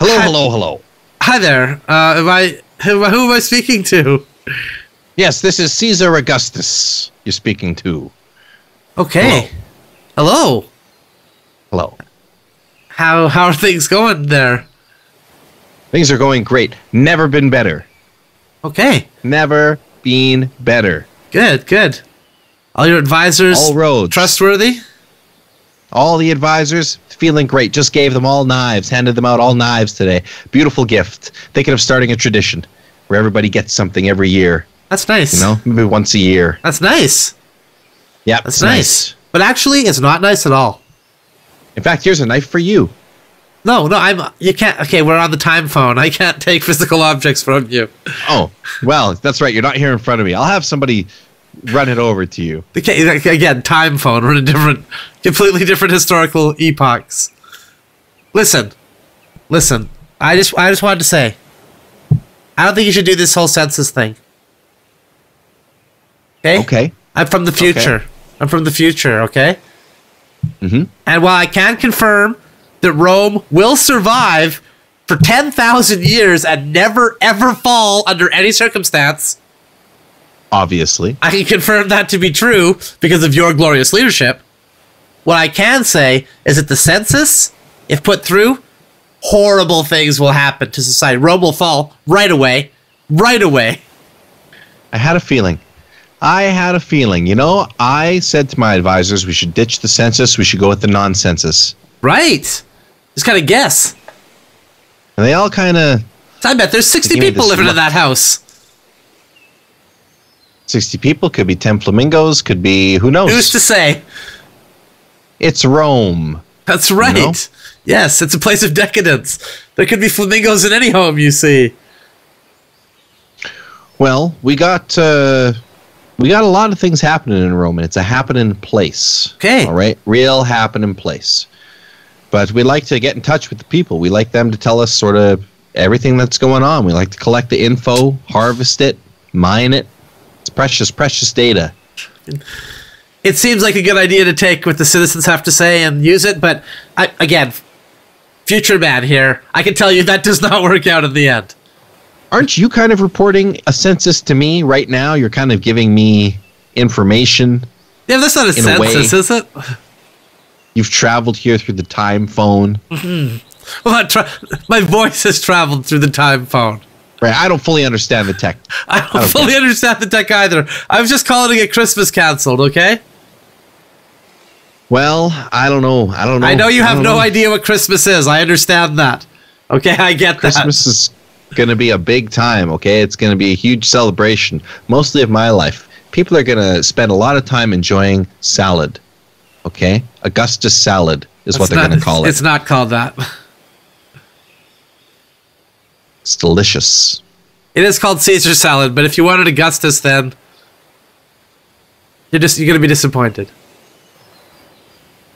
S3: Hello,
S1: Hi.
S3: hello, hello.
S1: Hi there. Uh, am I who, who am I speaking to?
S3: Yes, this is Caesar Augustus you're speaking to.
S1: Okay. Hello.
S3: Hello.
S1: How how are things going there?
S3: Things are going great. Never been better.
S1: Okay.
S3: Never been better.
S1: Good. Good. All your advisors
S3: All roads.
S1: trustworthy?
S3: All the advisors feeling great. Just gave them all knives, handed them out all knives today. Beautiful gift. Thinking of starting a tradition where everybody gets something every year.
S1: That's nice.
S3: You know, maybe once a year.
S1: That's nice.
S3: Yeah,
S1: That's nice. But actually, it's not nice at all.
S3: In fact, here's a knife for you.
S1: No, no, I'm. You can't. Okay, we're on the time phone. I can't take physical objects from you.
S3: Oh, well, that's right. You're not here in front of me. I'll have somebody run it over to you.
S1: Okay, like, again, time phone. We're in a different, completely different historical epochs. Listen, listen. I just, I just wanted to say. I don't think you should do this whole census thing. Okay.
S3: Okay.
S1: I'm from the future. I'm from the future, okay?
S3: Mhm.
S1: And while I can confirm that Rome will survive for 10,000 years and never, ever fall under any circumstance,
S3: Obviously.
S1: I can confirm that to be true because of your glorious leadership. What I can say is that the census, if put through, horrible things will happen to society. Rome will fall right away, right away.
S3: I had a feeling. I had a feeling. You know, I said to my advisors, we should ditch the census. We should go with the non-census.
S1: Right? Just gotta guess.
S3: And they all kind of
S1: I bet there's 60
S3: Give me
S1: people
S3: this
S1: living in
S3: look.
S1: that house.
S3: 60 people could be 10 flamingos, could be who knows.
S1: Who's to say?
S3: it's Rome.
S1: That's right.
S3: know?
S1: Yes, it's a place of decadence. There could be flamingos in any home you see.
S3: Well, we got uh, we got a lot of things happening in Rome, and it's a happening place.
S1: Okay.
S3: All right, real happening place. But we like to get in touch with the people. We like them to tell us sort of everything that's going on. We like to collect the info, harvest it, mine it. It's precious, precious data.
S1: It seems like a good idea to take what the citizens have to say and use it, but I, again, future man here, I can tell you that does not work out in the end.
S3: Aren't you kind of reporting a census to me right now? You're kind of giving me information.
S1: Yeah, that's not a
S3: In a way-
S1: census, is it?
S3: You've traveled here through the time phone.
S1: Well, I tra- my voice has traveled through the time phone.
S3: Right, I don't fully understand the tech.
S1: I don't fully understand the tech either. I was just calling it Christmas canceled, okay?
S3: Well, I don't know. Oh, I don't know.
S1: I know you have
S3: don't
S1: no
S3: know.
S1: idea what Christmas is. I understand that. Okay, I get
S3: Christmas is going to be a big time, okay? It's going to be a huge celebration, mostly of my life. People are going to spend a lot of time enjoying salad, okay? Augustus salad is
S1: that.
S3: what
S1: It's
S3: they're
S1: not-
S3: going to call it.
S1: It's
S3: It's,
S1: not called that.
S3: delicious.
S1: It is called Caesar salad, but if you wanted Augustus, then you're just you're gonna be disappointed.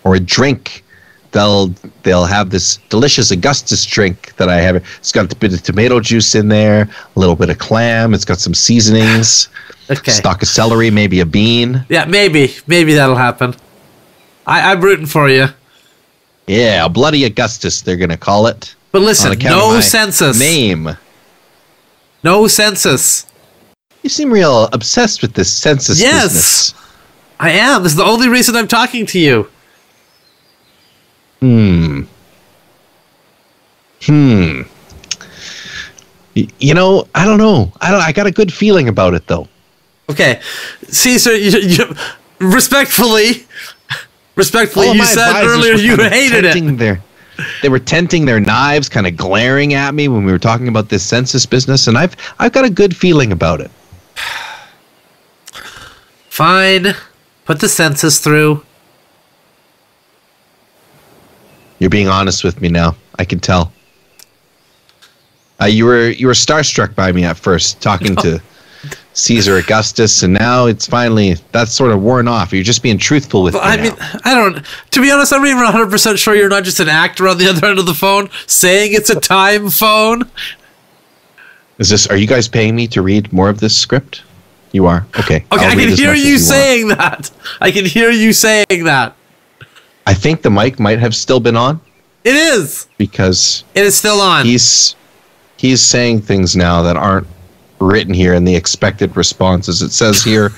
S3: Or a drink. They'll they'll have this delicious Augustus drink that I have. It's got a bit of tomato juice in there, a little bit of clam. It's got some seasonings,
S1: Okay.
S3: stalk of celery, maybe a bean.
S1: Yeah, maybe maybe that'll happen. I, I'm rooting for you,
S3: Yeah, a bloody Augustus. They're gonna call it.
S1: but
S3: on
S1: listen,
S3: account of
S1: no
S3: my
S1: census,
S3: Name.
S1: no census.
S3: You seem real obsessed with this census
S1: Yes.
S3: business.
S1: I am. This is the only reason I'm talking to you.
S3: Y- You know, I don't know. I don't. I got a good feeling about it though.
S1: Okay, Caesar, you, you, respectfully, respectfully,
S3: All of
S1: you
S3: my
S1: said
S3: advisors
S1: earlier
S3: were
S1: you
S3: kind of
S1: hated it.
S3: tenting Their, they were tenting their knives, kind of glaring at me when we were talking about this census business, and I've I've got a good feeling about it.
S1: Fine, put the census through.
S3: You're being honest with me now. I can tell. Uh, you were you were starstruck by me at first, talking to Caesar Augustus, and now it's finally that's sort of worn off. You're just being truthful with
S1: Well,
S3: me.
S1: I
S3: now.
S1: mean, I don't. To be honest, I'm not even 100 percent sure you're not just an actor on the other end of the phone saying it's a time phone.
S3: Is this? Are you guys paying me to read more of this script? You are. Okay.
S1: Okay,
S3: I'll
S1: I
S3: read
S1: can
S3: as
S1: hear
S3: much as
S1: you
S3: want.
S1: saying that. I can hear you saying that.
S3: I think the mic might have still been on
S1: It is.
S3: because
S1: It is still on.
S3: he's he's saying things now that aren't written here in the expected responses. It says here,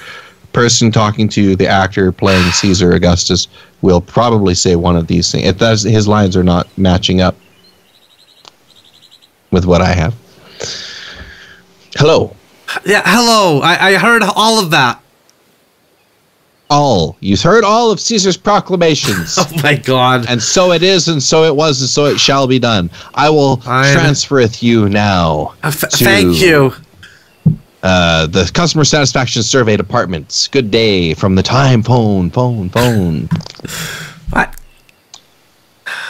S3: person talking to the actor playing Caesar Augustus will probably say one of these things. It does. His lines are not matching up with what I have. Hello.
S1: yeah. Hello. I, I heard all of that.
S3: All you've heard all of Caesar's proclamations.
S1: Oh my god.
S3: and so it is, and so it was, and so it shall be done. I will
S1: Fine.
S3: transfereth you now.
S1: Uh, f-
S3: to,
S1: thank you.
S3: Uh, the customer satisfaction survey departments. Good day from the time phone, phone, phone.
S1: I,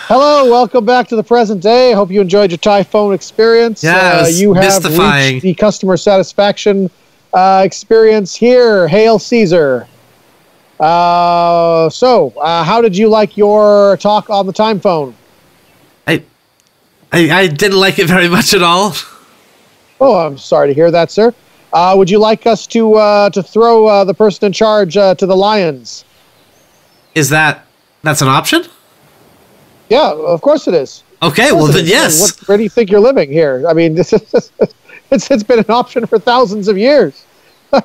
S2: Hello, welcome back to the present day. Hope you enjoyed your Typhoon experience. Uh,
S1: Yeah, it was
S2: you have
S1: mystifying.
S2: reached the customer satisfaction uh, experience here. Hail Caesar! Uh, so, uh, how did you like your talk on the time phone?
S1: I, I, I didn't like it very much at all.
S2: Oh, I'm sorry to hear that, sir. Uh, would you like us to uh, to throw uh, the person in charge uh, to the lions?
S1: Is that that's an option?
S2: Yeah, of course it is.
S1: Okay. Well then,
S2: Presidents,
S1: yes.
S2: What, where do you think you're living here? I mean, this is, it's, it's been an option for thousands of years.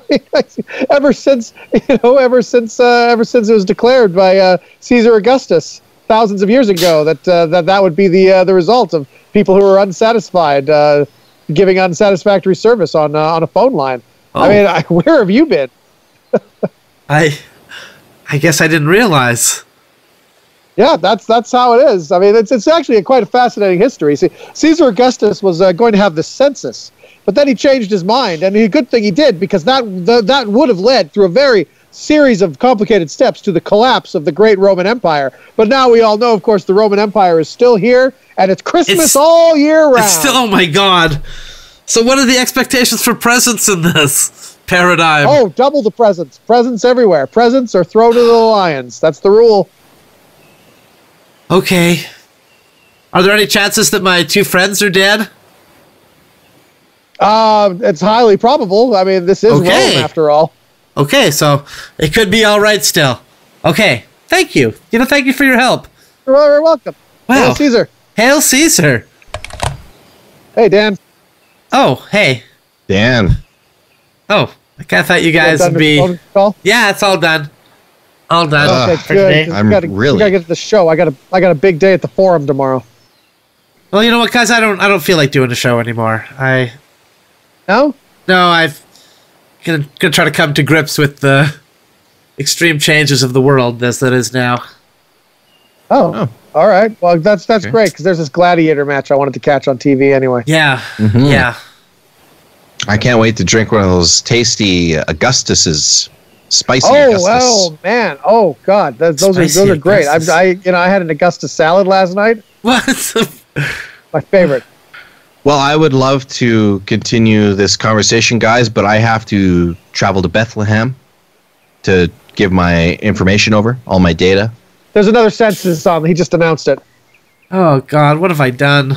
S2: ever since you know, ever since uh, ever since it was declared by uh, Caesar Augustus thousands of years ago that uh, that that would be the uh, the result of people who were unsatisfied uh, giving unsatisfactory service on uh, on a phone line. I
S1: Oh.
S2: mean, I, where have you been?
S1: I, I guess I didn't realize.
S2: Yeah, that's that's how it is. I mean, it's it's actually a quite a fascinating history. See, Caesar Augustus was uh, going to have the census, but then he changed his mind, and a good thing he did because that th- that would have led through a very series of complicated steps to the collapse of the great Roman Empire. But now we all know, of course, the Roman Empire is still here, and it's Christmas
S1: It's-
S2: all year round.
S1: It's still, oh my god. So what are the expectations for presence in this paradigm?
S2: oh, double the presents, presents everywhere, presents are thrown to the lions. That's the rule.
S1: Okay. Are there any chances that my two friends are dead?
S2: Uh, it's highly probable. I mean, this is
S1: Okay.
S2: Rome after all.
S1: Okay, so it could be all right still. Okay, thank you. You know, thank you for your help.
S2: You're very welcome.
S1: Wow.
S2: Hail Caesar.
S1: Hail Caesar.
S2: Hey, Dan.
S1: Oh, hey.
S3: Dan.
S1: Oh, I kind of thought you
S2: you
S1: guys
S2: done
S1: would
S2: with the
S1: be.
S2: phone call?
S1: Yeah, it's all done. All done.
S3: Ugh.
S2: Okay,
S1: for
S2: good.
S1: today.
S2: 'cause
S3: I'm
S2: we gotta, we
S3: really-
S2: gotta get to the show. I got a I got a big day at the forum tomorrow.
S1: Well, you know what, guys? I don't. I don't feel like doing a show anymore. I
S2: No,
S1: no. I've gonna gonna try to come to grips with the extreme changes of the world as that is now.
S2: oh,
S3: Oh.
S2: all right. Well, that's that's
S3: Okay.
S2: great because there's this gladiator match I wanted to catch on TV anyway.
S1: Yeah. Yeah.
S3: I can't wait to drink one of those tasty Augustus's spicy
S2: Oh
S3: Augustus.
S2: well, man. Oh God, that, those are
S1: Spicy
S2: those are great. I,
S1: Augustus.
S2: I you know I had an Augusta salad last night.
S1: What? the-
S2: My favorite.
S3: Well, I would love to continue this conversation, guys, but I have to travel to Bethlehem to give my information over, all my data.
S2: um, There's another census on. He just announced it.
S1: Oh God, what have I done?